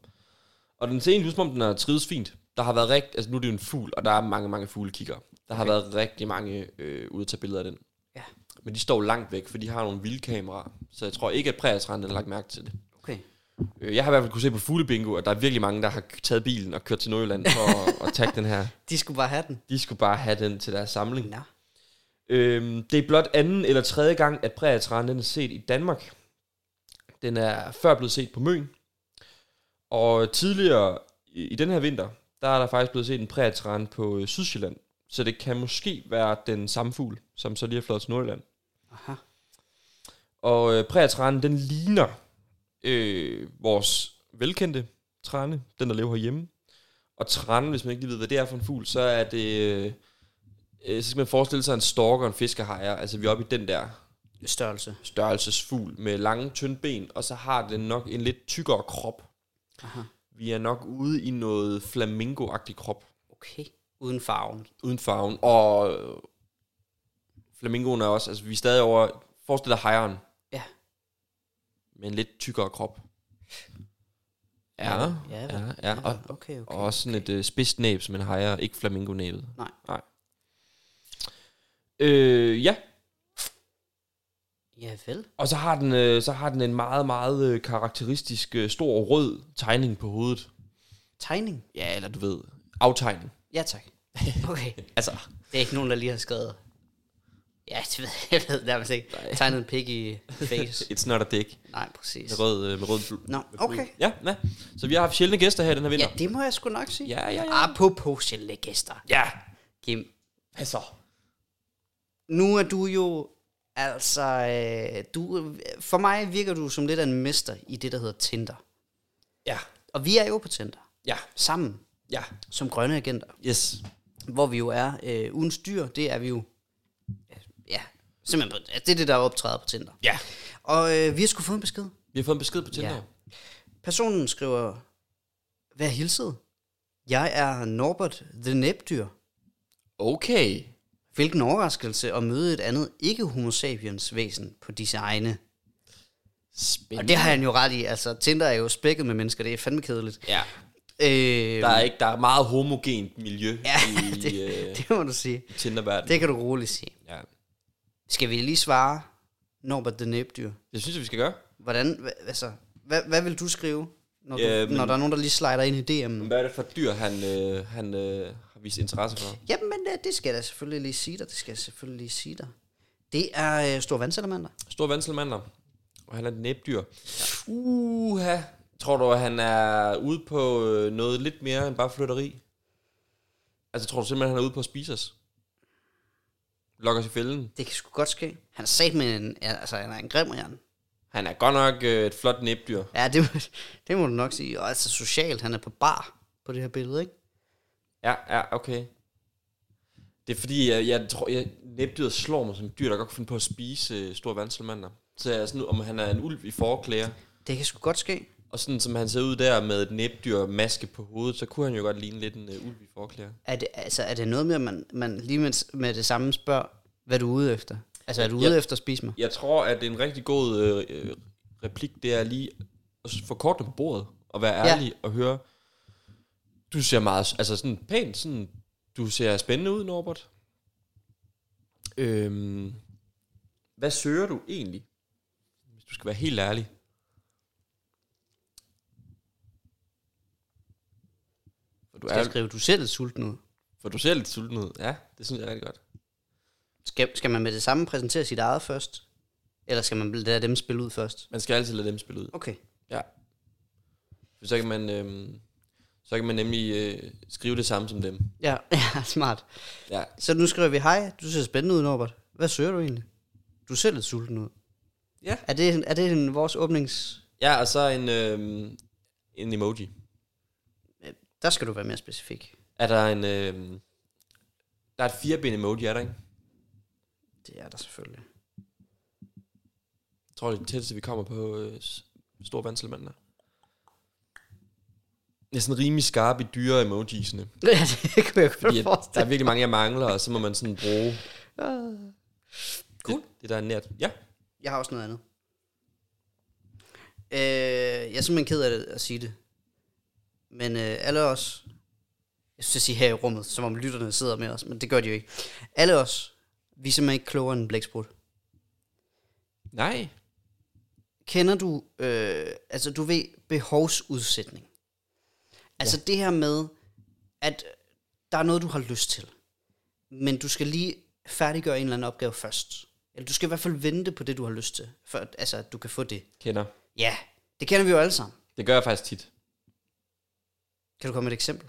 S2: Og den ser egentlig ud, som om den har trives fint. Der har været rigt... Altså nu er det jo en fugl, og der er mange, mange fuglekiggere. Der har været rigtig mange øh, ude at tage billeder af den.
S1: Ja.
S2: Men de står jo langt væk, for de har nogle vilde kameraer. Så jeg tror ikke, at præriesranden har lagt mærke til det.
S1: Okay.
S2: Øh, Jeg har i hvert fald kunne se på fuglebingo, at der er virkelig mange, der har taget bilen og kørt til Nordjylland for at, at tage den her.
S1: De skulle bare have den.
S2: De skulle bare have den til deres samling.
S1: Nå.
S2: Øhm, det er blot anden eller tredje gang, at prærietranen den er set i Danmark. Den er før blevet set på Møn. Og tidligere i, i den her vinter, der er der faktisk blevet set en prærietrane på øh, Sydsjælland. Så det kan måske være den samme fugl, som så lige har flået til Nordjylland.
S1: Aha.
S2: Og øh, prærietranen, den ligner øh, vores velkendte trane, den der lever herhjemme. Og tranen, hvis man ikke lige ved, hvad det er for en fugl, så er det... Øh, øh, så skal man forestille sig en storker og en fiskehajer. Altså, vi er oppe i den der
S1: Størrelse.
S2: størrelsesfugl med lange, tynde ben, og så har den nok en lidt tykkere krop.
S1: Aha.
S2: Vi er nok ude i noget flamingo-agtig krop,
S1: Okay. Uden farven.
S2: uden farven. Og øh, flamingoen er også... Altså, vi er stadig over... Forestil dig hejeren.
S1: Ja.
S2: med en lidt tykkere krop.
S1: Ja,
S2: Ja,
S1: ja,
S2: ja, ja.
S1: vel.
S2: ja. Og,
S1: okay, okay.
S2: og også sådan et øh, spidst næb, som en hejer, ikke flamingonæbet.
S1: Nej.
S2: Nej. Øh, ja,
S1: Ja, vel.
S2: og så har den, øh, så har den en meget, meget øh, karakteristisk øh, stor rød tegning på hovedet.
S1: Tegning.
S2: Ja, eller du ved, aftegning.
S1: Ja, tak. [laughs] Okay.
S2: Altså,
S1: Det er ikke nogen, der lige har skrevet... Ja, det ved jeg, jeg ved nærmest ikke. Tegnet en pig i [laughs] face.
S2: it's not a dick.
S1: Nej, præcis.
S2: Med rød, øh, med rød fl-
S1: Nå, okay.
S2: Ja, ja. Så vi har haft sjældne gæster her den her vinter.
S1: Ja, Ah. det må jeg sgu nok sige.
S2: Ja, ja, ja.
S1: Apropos sjældne gæster.
S2: Ja.
S1: Kim,
S2: Hvad så?
S1: nu er du jo... Altså, øh, du, for mig virker du som lidt af en mester i det, der hedder Tinder.
S2: Ja.
S1: Og vi er jo på Tinder.
S2: Ja.
S1: Sammen.
S2: Ja.
S1: Som grønne agenter.
S2: Yes.
S1: Hvor vi jo er øh, ugens dyr. Det er vi jo... Ja, simpelthen. På, det er det, der optræder på Tinder.
S2: Ja.
S1: Og øh, vi har sgu fået en besked.
S2: Vi har fået en besked på Tinder.
S1: Ja. Personen skriver, vær hilset. Jeg er Norbert the Næbdyr.
S2: Okay.
S1: Hvilken overraskelse at møde et andet ikke homo sapiens væsen på disse egne. Og
S2: Spændende.
S1: det har han jo ret i. Altså, Tinder er jo spækket med mennesker. Det er fandme kedeligt.
S2: Ja.
S1: Øh,
S2: Der er, ikke, der er meget homogent miljø
S1: [laughs] ja,
S2: i
S1: det,
S2: øh,
S1: det må du sige.
S2: Tinder-verdenen.
S1: Det kan du roligt sige.
S2: Ja.
S1: Skal vi lige svare Norbert the Næbdyr?
S2: Det synes jeg, vi skal gøre.
S1: Hvordan, hva- altså, hvad, hvad vil du skrive, når, du,
S2: Ja, men-
S1: når der er nogen, der lige slider ind i DM'en?
S2: Hvad er det for et dyr, han, øh, han øh, har vist interesse for?
S1: Jamen, øh, det skal jeg da selvfølgelig lige sige dig. Det skal jeg selvfølgelig lige sige dig. Det er øh, stor vandsalamander.
S2: Stor vandselmander. Og han er et næbdyr. Uha. Tror du, at han er ude på øh, noget lidt mere end bare flytteri? Altså, tror du simpelthen, han er ude på at spise os? Lokker os i fælden.
S1: Det kan sgu godt ske. Han er sat med en, ja, altså, han er en grim jern.
S2: Han er godt nok øh, et flot næbdyr.
S1: Ja, det, må- [laughs] det må du nok sige. Og altså socialt, han er på bar på det her billede, ikke?
S2: Ja, ja, okay. Det er fordi, jeg, jeg tror, jeg, næbdyret slår mig som et dyr, der godt kan finde på at spise øh, store vandselmander. Så jeg er sådan, om han er en ulv i forklæder.
S1: Det kan sgu godt ske.
S2: Og sådan som han ser ud der med et næbdyr maske på hovedet, så kunne han jo godt ligne lidt en øh, ulv i forklæder.
S1: Er det, altså, er det noget med, at man, man lige med, med det samme spørger, hvad du er ude efter? Altså, er du ude
S2: Ja.
S1: efter at spise mig?
S2: Jeg tror, at en rigtig god øh, øh, replik, det er lige at få kortene på bordet, og være
S1: Ja.
S2: ærlig og høre, du ser meget, altså sådan pænt, sådan, du ser spændende ud, Norbert. Øhm, hvad søger du egentlig? Hvis du skal være helt ærlig. For du,
S1: Skal jeg
S2: er, altså-
S1: skrive, du ser lidt sulten ud.
S2: for du ser lidt sulten ud. Ja, det synes jeg er rigtig godt.
S1: Skal, skal man med det samme præsentere sit eget først? Eller skal man lade dem spille ud først?
S2: Man skal altid lade dem spille ud.
S1: Okay.
S2: Ja. For så kan man, øhm, så kan man nemlig øh, skrive det samme som dem.
S1: Ja, [laughs] ja smart.
S2: Ja.
S1: Så nu skriver vi, hej, du ser spændende ud, Norbert. Hvad søger du egentlig? Du ser lidt sulten ud.
S2: Ja.
S1: Er det, er det en, vores åbnings...
S2: Ja, og så en, øhm, en emoji.
S1: Der skal du være mere specifik.
S2: Er der en... Øhm, der er et fireben emoji, er der ikke?
S1: Det er der selvfølgelig.
S2: Jeg tror, det er det tætteste, vi kommer på øh, s- stor vandselmand der. Jeg er sådan rimelig skarp i dyre [laughs] emojisene.
S1: [laughs] Ja, det kunne jeg godt
S2: Fordi at, der er
S1: forestille.
S2: virkelig mange, jeg mangler, og så må man sådan bruge
S1: mig.
S2: cool. det, det, der er nært. Ja,
S1: Jeg har også noget andet. Øh, jeg er simpelthen ked af det, at sige det. Men øh, alle os... Jeg synes, jeg siger her i rummet, som om lytterne sidder med os, men det gør de jo ikke. Alle os, vi er simpelthen ikke klogere end en blæksprut.
S2: nej.
S1: kender du, øh, altså du ved, behovsudsætning. Altså det her med, at der er noget, du har lyst til, men du skal lige færdiggøre en eller anden opgave først. Eller du skal i hvert fald vente på det, du har lyst til, for at, altså, at du kan få det.
S2: Kender.
S1: Ja, det kender vi jo alle sammen.
S2: Det gør jeg faktisk tit.
S1: Kan du komme med et eksempel?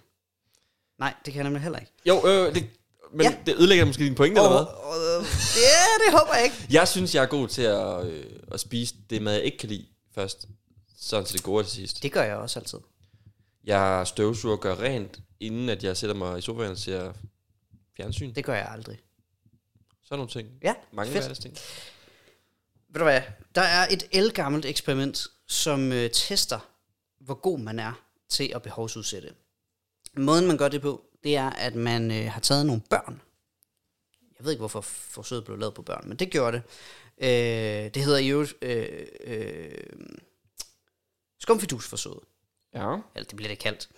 S1: Nej, det kan jeg nemlig heller ikke.
S2: Jo, øh, det, men
S1: Ja.
S2: ja. det ødelægger måske din pointe, eller hvad?
S1: Og, og, ja, det håber jeg ikke.
S2: Jeg synes, jeg er god til at, øh, at spise det mad, jeg ikke kan lide først. Sådan til det gode til sidst.
S1: Det gør jeg også altid.
S2: Jeg støvsuger og gør rent, inden at jeg sætter mig i sofaen og ser fjernsyn.
S1: Det gør jeg aldrig.
S2: Sådan nogle ting.
S1: Ja,
S2: Mange
S1: fedt.
S2: hverdagsting.
S1: Ved du hvad? Der er et elgammelt eksperiment, som øh, tester, hvor god man er til at behovsudsætte. Måden, man gør det på, det er, at man øh, har taget nogle børn. Jeg ved ikke, hvorfor forsøget blev lavet på børn, men det gjorde det. Øh, det hedder jo øh, øh, skumfidusforsøget.
S2: Ja.
S1: Eller det bliver det kaldt.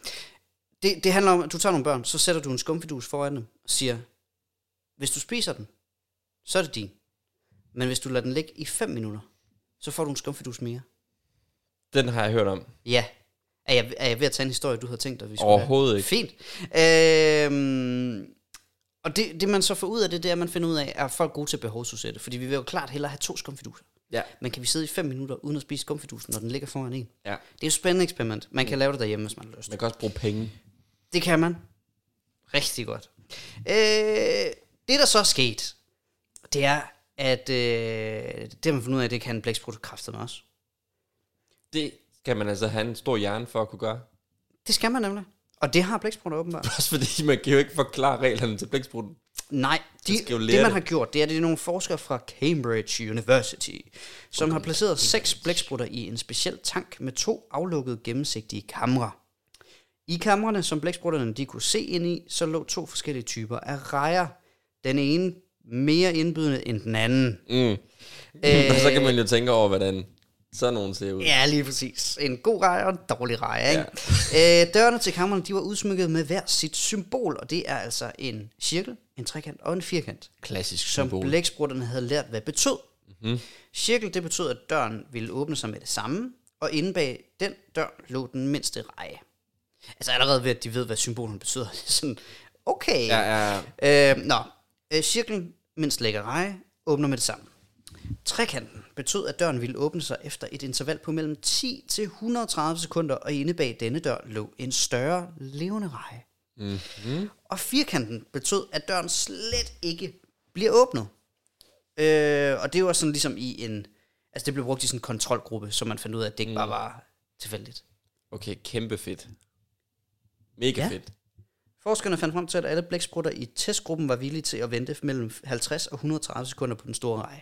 S1: Det, det handler om, at du tager nogle børn, så sætter du en skumfidus foran dem og siger, hvis du spiser den, så er det din. Men hvis du lader den ligge i 5 minutter, så får du en skumfidus mere.
S2: Den har jeg hørt om.
S1: Ja. Er jeg, er jeg ved at tage en historie, du havde tænkt dig, vi skulle
S2: Overhovedet
S1: have?
S2: ikke.
S1: Fint. Øhm, Og det, det, man så får ud af det, det er, at man finder ud af, er folk gode til at behovsudsætte? Fordi vi vil jo klart hellere have to skumfiduser.
S2: Ja.
S1: Men kan vi sidde i 5 minutter uden at spise skumfidusen, når den ligger foran en?
S2: ja.
S1: Det er jo et spændende eksperiment. Man kan lave det derhjemme, hvis man har lyst.
S2: Man kan også bruge penge.
S1: Det kan man. Rigtig godt. Øh, det, der så er sket, det er, at øh, det har man fundet ud af, det kan blæksprutter kræfterne også.
S2: Det kan man altså have en stor hjerne for at kunne gøre. [laughs]
S1: Det skal man nemlig. Og det har blæksprutter åbenbart.
S2: Også fordi man kan jo ikke forklare reglerne til blæksprutten.
S1: Nej, de,
S2: skal jo
S1: det
S2: lære
S1: man
S2: det.
S1: har gjort, det er, at det er nogle forskere fra Cambridge University, som har placeret seks blæksprutter i en speciel tank med to aflukkede gennemsigtige kamre. I kamrene, som blæksprutterne de kunne se ind i, så lå to forskellige typer af rejer. Den ene mere indbydende end den anden.
S2: Mm. Øh... [laughs] Og så kan man jo tænke over, hvordan sådan nogen ser ud.
S1: Ja, lige præcis. En god rejer og en dårlig rejer, ikke? Ja. Øh, dørene til kammerne, de var udsmykket med hver sit symbol, og det er altså en cirkel, en trekant og en firkant.
S2: Klassisk
S1: som blæksprutterne havde lært, hvad betød. Mm-hmm. Cirkel, det betød, at døren ville åbne sig med det samme, og inde bag den dør lå den mindste række. Altså allerede ved, at de ved, hvad symbolen betyder. [laughs] Det er sådan, okay.
S2: Ja, ja, ja.
S1: Øh, nå, øh, cirklen, mindst lækker række, åbner med det samme. Trekanten betød, at døren ville åbne sig efter et interval på mellem 10 til 130 sekunder, og inde bag denne dør lå en større levende række. Og firkanten betød, at døren slet ikke bliver åbnet. Øh, og det var sådan ligesom i en... Altså det blev brugt i sådan en kontrolgruppe, så man fandt ud af, at det ikke bare var tilfældigt.
S2: Okay, kæmpe fedt. Mega
S1: Ja.
S2: ja. fedt.
S1: Forskerne fandt frem til, at alle blæksprutter i testgruppen var villige til at vente mellem 50 og 130 sekunder på den store rej.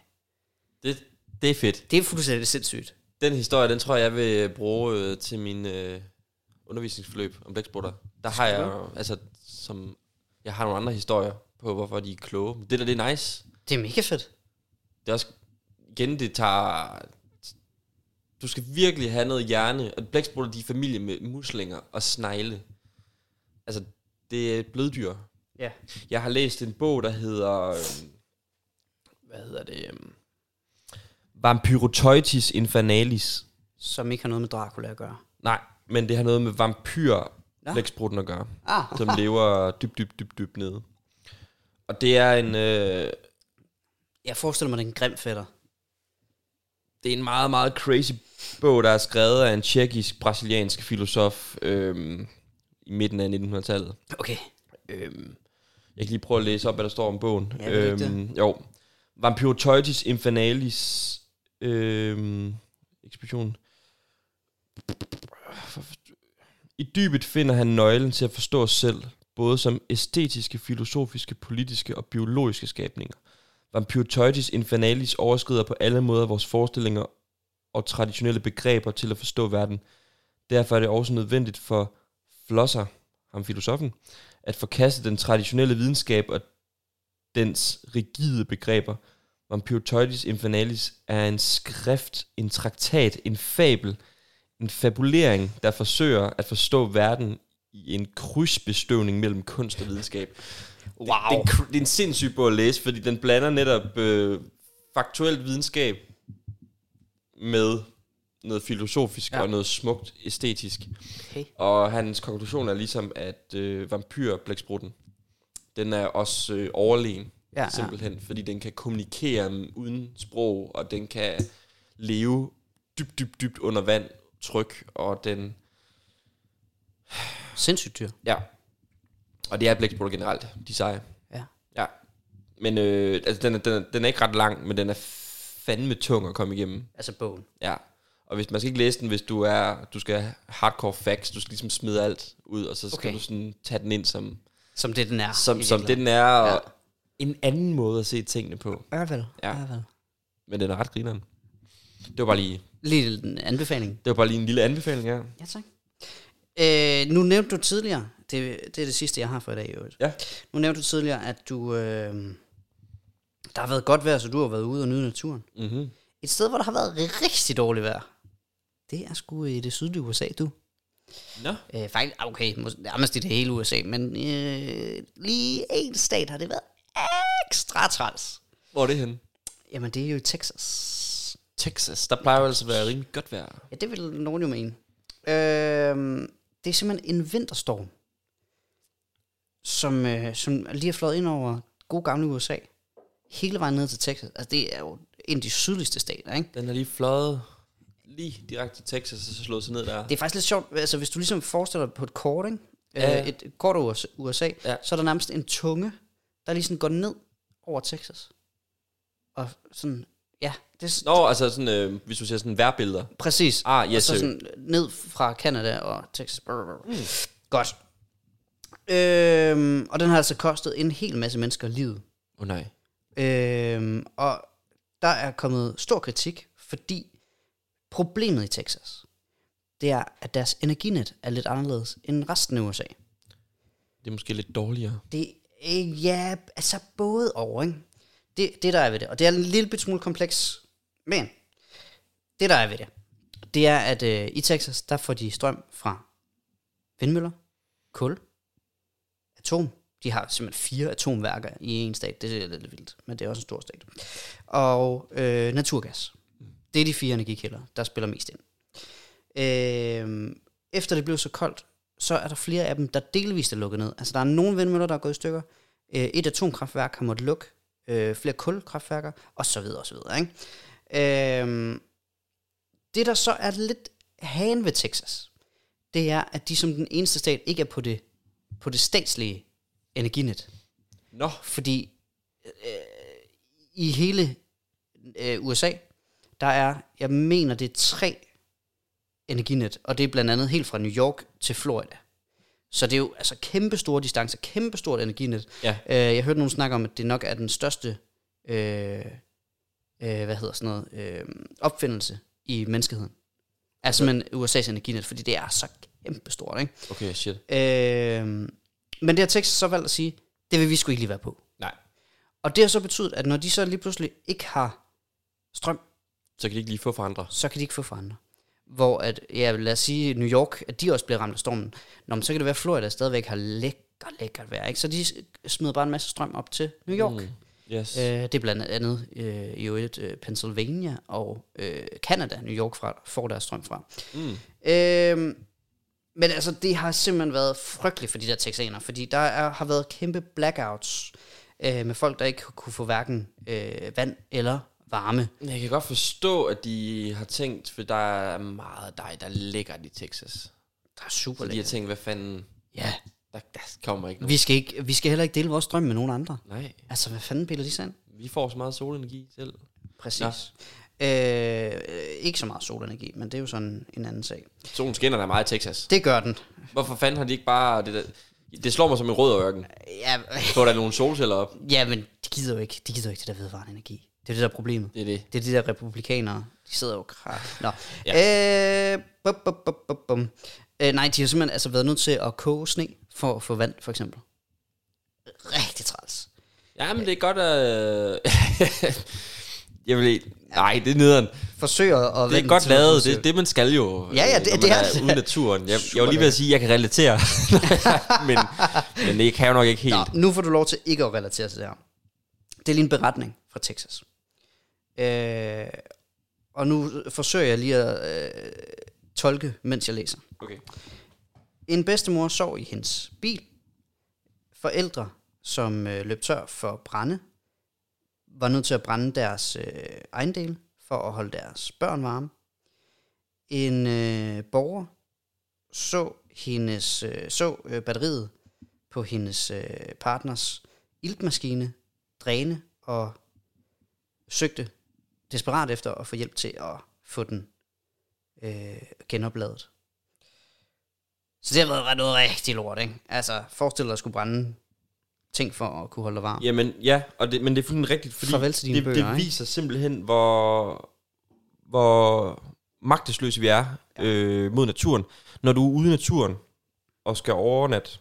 S2: Det, det er fedt.
S1: Det er fuldstændig sindssygt.
S2: Den historie, den tror jeg, jeg vil bruge øh, til min øh, undervisningsforløb om blæksprutter. Der har jeg jo, altså, som, jeg har nogle andre historier på, hvorfor de er kloge. Men Det der, det er nice.
S1: Det er mega fedt.
S2: Det er også, igen, det tager, du skal virkelig have noget hjerne. Og blæksprutter, de er i familie med muslinger og snegle. Altså, det er bløddyr.
S1: Ja.
S2: Jeg har læst en bog, der hedder... øhm, Hvad hedder det? øhm, Vampyrotoitis infanalis.
S1: Som ikke har noget med Dracula at gøre.
S2: Nej, men det har noget med vampyr
S1: Nå.
S2: blæksprutten at gøre,
S1: Ah,
S2: som lever dybt, dybt, dybt, dybt nede. Og det er en, øh,
S1: jeg forestiller mig, det er en grim fætter.
S2: det er en meget, meget crazy bog, der er skrevet af en tjekkisk-brasiliansk filosof øh, i midten af 1900-tallet.
S1: Okay.
S2: Øhm, jeg kan lige prøve at læse op, hvad der står om bogen. Øhm,
S1: Ja, vil du ikke
S2: jo. Vampyrotoitis infanalis øhm, ekspedition. I dybet finder han nøglen til at forstå os selv, både som æstetiske, filosofiske, politiske og biologiske skabninger. Vampyrotoitis infanalis overskrider på alle måder vores forestillinger og traditionelle begreber til at forstå verden. Derfor er det også nødvendigt for Flosser, ham filosofen, at forkaste den traditionelle videnskab og dens rigide begreber. Vampyrotoides Infanalis er en skrift, en traktat, en fabel, en fabulering, der forsøger at forstå verden i en krydsbestøvning mellem kunst og videnskab.
S1: Wow.
S2: Det, det, er en kr- det er en sindssyg bog at læse, fordi den blander netop øh, faktuelt videnskab med noget filosofisk
S1: Ja.
S2: ja. og noget smukt æstetisk.
S1: Okay.
S2: Og hans konklusion er ligesom, at øh, vampyrblæksprutten, den er også øh, overlegen,
S1: Ja, ja.
S2: ja, simpelthen, ja. fordi den kan kommunikere mm, uden sprog, og den kan leve dybt, dybt, dybt under vand, tryk, og den...
S1: Sindssygt dyr.
S2: Ja. Og det er blæksprutter generelt, de seje.
S1: Ja.
S2: Ja. Men øh, altså, den, er, den, er, den er ikke ret lang, men den er fandme tung at komme igennem.
S1: Altså bogen.
S2: Ja. Og hvis, man skal ikke læse den, hvis du er du skal have hardcore facts. Du skal ligesom smide alt ud, og så skal
S1: Okay.
S2: okay. du sådan tage den ind som,
S1: Som det, den er.
S2: som,
S1: i
S2: som det,
S1: virkeligheden.
S2: den er. Og en anden måde at se tingene på.
S1: Ja vel.
S2: Ja.
S1: Ja. vel.
S2: Men den er ret grineren. Det var bare lige,
S1: Lige en anbefaling.
S2: det var bare lige en lille anbefaling, ja.
S1: Ja, tak. Øh, nu nævnte du tidligere, det, det er det sidste, jeg har for i dag i øvrigt.
S2: Ja.
S1: Nu nævnte du tidligere, at du, øh, der har været godt vejr, så du har været ude og nyde naturen.
S2: Mm-hmm.
S1: Et sted, hvor der har været rigtig dårligt vejr, det er sgu i det sydlige USA, du.
S2: Nå.
S1: Øh, faktisk, ah, okay, mås- nærmest i det hele USA, men øh, lige en stat har det været ekstra træls.
S2: Hvor er det henne?
S1: Jamen, det er jo Texas.
S2: Texas. Der plejer jo altså at være rimelig godt vejr.
S1: Ja, det vil nogen Øhm, jo mene. Øh, det er simpelthen en vinterstorm, som, øh, som lige er fløjet ind over god gamle USA, hele vejen ned til Texas. Altså, det er jo en af de sydligste stater, ikke?
S2: Den er lige fløjet lige direkte til Texas, og så slået sig ned der.
S1: Det er faktisk lidt sjovt, altså hvis du ligesom forestiller dig på et kort, ikke?
S2: Ja.
S1: Ja. Et et kort over US- USA,
S2: Ja.
S1: ja. så er der nærmest en tunge, der ligesom går ned over Texas. Og sådan, ja, det er s-
S2: Nå, altså sådan, øh, hvis du ser sådan værbilleder.
S1: præcis.
S2: Ah, yes,
S1: og så
S2: sir.
S1: sådan ned fra Canada og Texas. Mm. Godt. Øhm, og den har altså kostet en hel masse mennesker livet.
S2: Åh oh, nej.
S1: Øhm, og der er kommet stor kritik, fordi problemet i Texas, det er, at deres energinet er lidt anderledes end resten af USA.
S2: Det er måske lidt dårligere.
S1: Det øh, ja, altså både over, ikke? Det, det der er ved det, og det er en lille bit smule kompleks, men det der er ved det, det er, at øh, i Texas, der får de strøm fra vindmøller, kul, atom. De har simpelthen fire atomværker i en stat. Det er lidt vildt, men det er også en stor stat. Og øh, naturgas. Det er de fire energikilder, der spiller mest ind. Øh, efter det blev så koldt, så er der flere af dem, der delvist er lukket ned. Altså der er nogle vindmøller, der er gået i stykker. Øh, et atomkraftværk har måttet lukke. Øh, flere kulkraftværker, og så videre, og så videre. Ikke? Øh, det, der så er lidt hagen ved Texas, det er, at de som den eneste stat ikke er på det, på det statslige energinet.
S2: Nå,
S1: Fordi øh, i hele øh, USA, der er, jeg mener, det er tre energinet, og det er blandt andet helt fra New York til Florida. Så det er jo altså kæmpe store distancer, kæmpe stort energinet.
S2: Ja.
S1: Øh, jeg hørte nogen snakke om, at det nok er den største øh, øh, hvad hedder sådan noget, øh, opfindelse i menneskeheden. Altså men USA's energinet, fordi det er så kæmpe stort, ikke?
S2: okay, shit.
S1: Øh, men det har Texas så valgt at sige, det vil vi sgu ikke lige være på.
S2: Nej.
S1: Og det har så betydet, at når de så lige pludselig ikke har strøm,
S2: Så kan de ikke lige få for andre.
S1: så kan de ikke få fra andre. Hvor at, ja, lad os sige New York, at de også bliver ramt af stormen. Nå, men så kan det være, at Florida stadigvæk har lækker, lækkert vejr. Ikke? Så de smider bare en masse strøm op til New York. Mm.
S2: Yes.
S1: Øh, det er blandt andet øh, i øvrigt øh, Pennsylvania og øh, Canada, New York fra, får deres strøm fra.
S2: Mm.
S1: Øhm, men altså, det har simpelthen været frygteligt for de der texaner, fordi der er, har været kæmpe blackouts øh, med folk, der ikke kunne få hverken øh, vand eller varme.
S2: Jeg kan godt forstå, at de har tænkt, for der er meget dej, der ligger i Texas.
S1: Der er super
S2: Så de har
S1: lækkert.
S2: tænkt, hvad fanden,
S1: Ja,
S2: der, der kommer ikke nogen.
S1: vi skal, ikke, vi skal heller ikke dele vores drøm med nogen andre.
S2: Nej,
S1: Altså, hvad fanden piller de sig ind?
S2: vi får så meget solenergi selv.
S1: Præcis. Øh, ikke så meget solenergi, men det er jo sådan en anden sag.
S2: Solen skinner der meget i Texas.
S1: Det gør den.
S2: Hvorfor fanden har de ikke bare... Det, der? det slår mig som en rød ørken.
S1: Ja,
S2: Få der nogle solceller op.
S1: ja men de gider jo ikke, de gider jo ikke det der vedvarende energi. Det er det, der er problemet.
S2: Det er det.
S1: Det er de der republikanere. De sidder jo kraft. Nå. ja. øh, bum, bum, bum, bum, bum. Øh, nej, de har simpelthen altså været nødt til at koge sne for at få vand, for eksempel. Rigtig træls.
S2: Jamen, det er godt at... [laughs] Jeg vil ikke... Nej, det er nederen.
S1: Forsøg at at
S2: Det er
S1: vende
S2: godt
S1: til noget
S2: lavet. Det er
S1: positivt.
S2: det, man skal jo.
S1: Ja, ja,
S2: øh,
S1: det-
S2: når
S1: det
S2: man
S1: er-
S2: ude i naturen. Jeg, jeg var lige ved at sige, at jeg kan [laughs] relatere. men, men det kan jeg jo nok ikke helt.
S1: Nå, nu får du lov til ikke at relatere til det her. Det er lige en beretning fra Texas. Øh, og nu forsøger jeg lige at øh, tolke, mens jeg læser.
S2: Okay.
S1: En bedstemor sov i hendes bil. Forældre, som øh, løb tør for brænde, var nødt til at brænde deres øh, ejendel for at holde deres børn varme. En øh, borger så, hendes, øh, så øh, batteriet på hendes øh, partners iltmaskine dræne og søgte desperat efter at få hjælp til at få den øh, genopladet. Så det har været ret- noget rigtig lort, ikke? Altså, forestil dig at skulle brænde ting for at kunne holde dig varm.
S2: Jamen, ja, og det, men det er fuldstændig rigtigt, fordi
S1: Farvel til dine
S2: det,
S1: bøger,
S2: det
S1: ikke?
S2: viser simpelthen, hvor, hvor magtesløse vi er øh, mod naturen. Når du er ude i naturen og skal overnatte,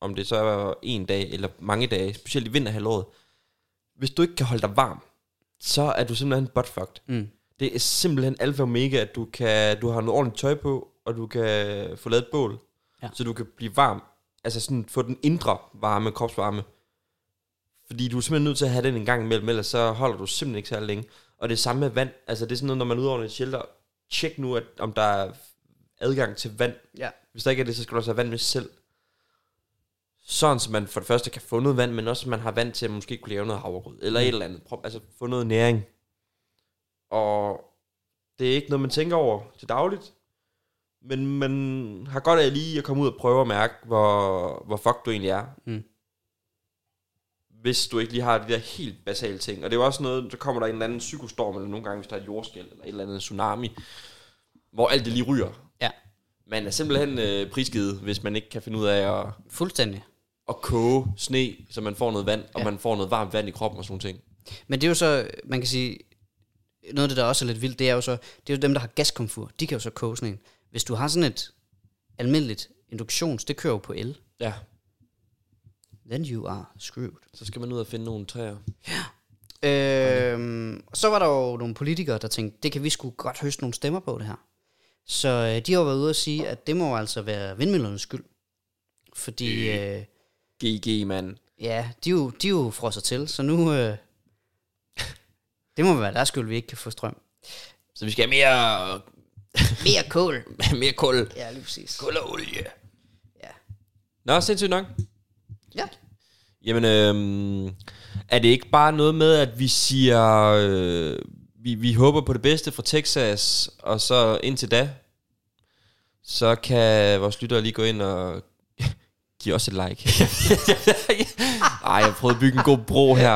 S2: om det så er en dag eller mange dage, specielt i vinterhalvåret, hvis du ikke kan holde dig varm, så er du simpelthen buttfucked.
S1: Mm.
S2: Det er simpelthen alfa og omega, at du, kan, du har noget ordentligt tøj på, og du kan få lavet et bål,
S1: Ja.
S2: så du kan blive varm. Altså sådan få den indre varme, kropsvarme. Fordi du er simpelthen nødt til at have den en gang imellem, ellers så holder du simpelthen ikke særlig længe. Og det samme med vand. Altså det er sådan noget, når man er ude over et shelter, tjek nu, at, om der er adgang til vand.
S1: Ja.
S2: Hvis der ikke er det, så skal du også have vand med selv. Sådan, så man for det første kan få noget vand, men også, så man har vand til at måske kunne lave noget havregrød,
S1: Mm.
S2: eller et eller andet. Prøv, altså, få noget næring. Og det er ikke noget, man tænker over til dagligt, men man har godt af lige at komme ud og prøve at mærke, hvor, hvor fuck du egentlig er.
S1: Mm.
S2: Hvis du ikke lige har de der helt basale ting. Og det er jo også noget, så kommer der en eller anden psykostorm, eller nogle gange, hvis der er et jordskæld, eller et eller andet tsunami, hvor alt det lige ryger.
S1: Ja.
S2: Man er simpelthen øh, prisgivet, hvis man ikke kan finde ud af at,
S1: Fuldstændig.
S2: at koge sne, så man får noget vand, og
S1: Ja.
S2: man får noget varmt vand i kroppen og sådan nogle ting.
S1: Men det er jo så, man kan sige, noget af det, der også er lidt vildt, det er jo så, det er jo dem, der har gaskomfur. De kan jo så koge sådan en. Hvis du har sådan et almindeligt induktions, det kører jo på el.
S2: Ja,
S1: Then you are screwed.
S2: så skal man ud og finde nogle træer.
S1: Øhm, og så var der jo nogle politikere, der tænkte, det kan vi sgu godt høste nogle stemmer på det her. Så øh, de har jo været ude og sige, at det må jo altså være vindmøllernes skyld. Fordi, øh,
S2: GG, mand.
S1: ja, de er jo, de er jo frosset til, så nu... Øh, det må være deres skyld, vi ikke kan få strøm.
S2: Så vi skal have mere, [laughs]
S1: Mere kål.
S2: mere kul.
S1: Ja, lige præcis.
S2: Kul og olie.
S1: Ja.
S2: Nå, sindssygt nok.
S1: Ja.
S2: Jamen, øhm, er det ikke bare noget med, at vi siger, øh, vi, vi håber på det bedste fra Texas, og så indtil da, så kan vores lyttere lige gå ind og [laughs] give os et [laughs] like. Ej, jeg prøvede at bygge en god bro her.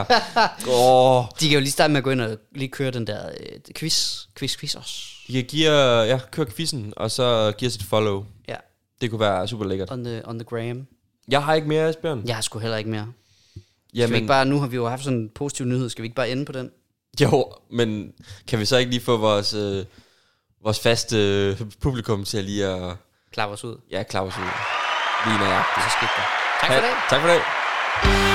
S2: Åh,
S1: De kan jo lige starte med at gå ind og lige køre den der øh, quiz, quiz, quiz også.
S2: I kan give, øh, ja, kør quizzen, og så give os et follow.
S1: Ja,
S2: Det kunne være super lækkert.
S1: on the, on the gram.
S2: Jeg har ikke mere, Asbjørn.
S1: Jeg har sgu heller ikke mere. Skal vi
S2: Jamen,
S1: ikke bare, nu har vi jo haft sådan en positiv nyhed, skal vi ikke bare ende på den?
S2: Jo, men kan vi så ikke lige få vores, øh, vores faste øh, publikum til at lige at
S1: Klap os ud.
S2: ja, klappe os ud? Lige nøjagtigt.
S1: Så skidt der. Tak for i dag.
S2: Tak for i dag.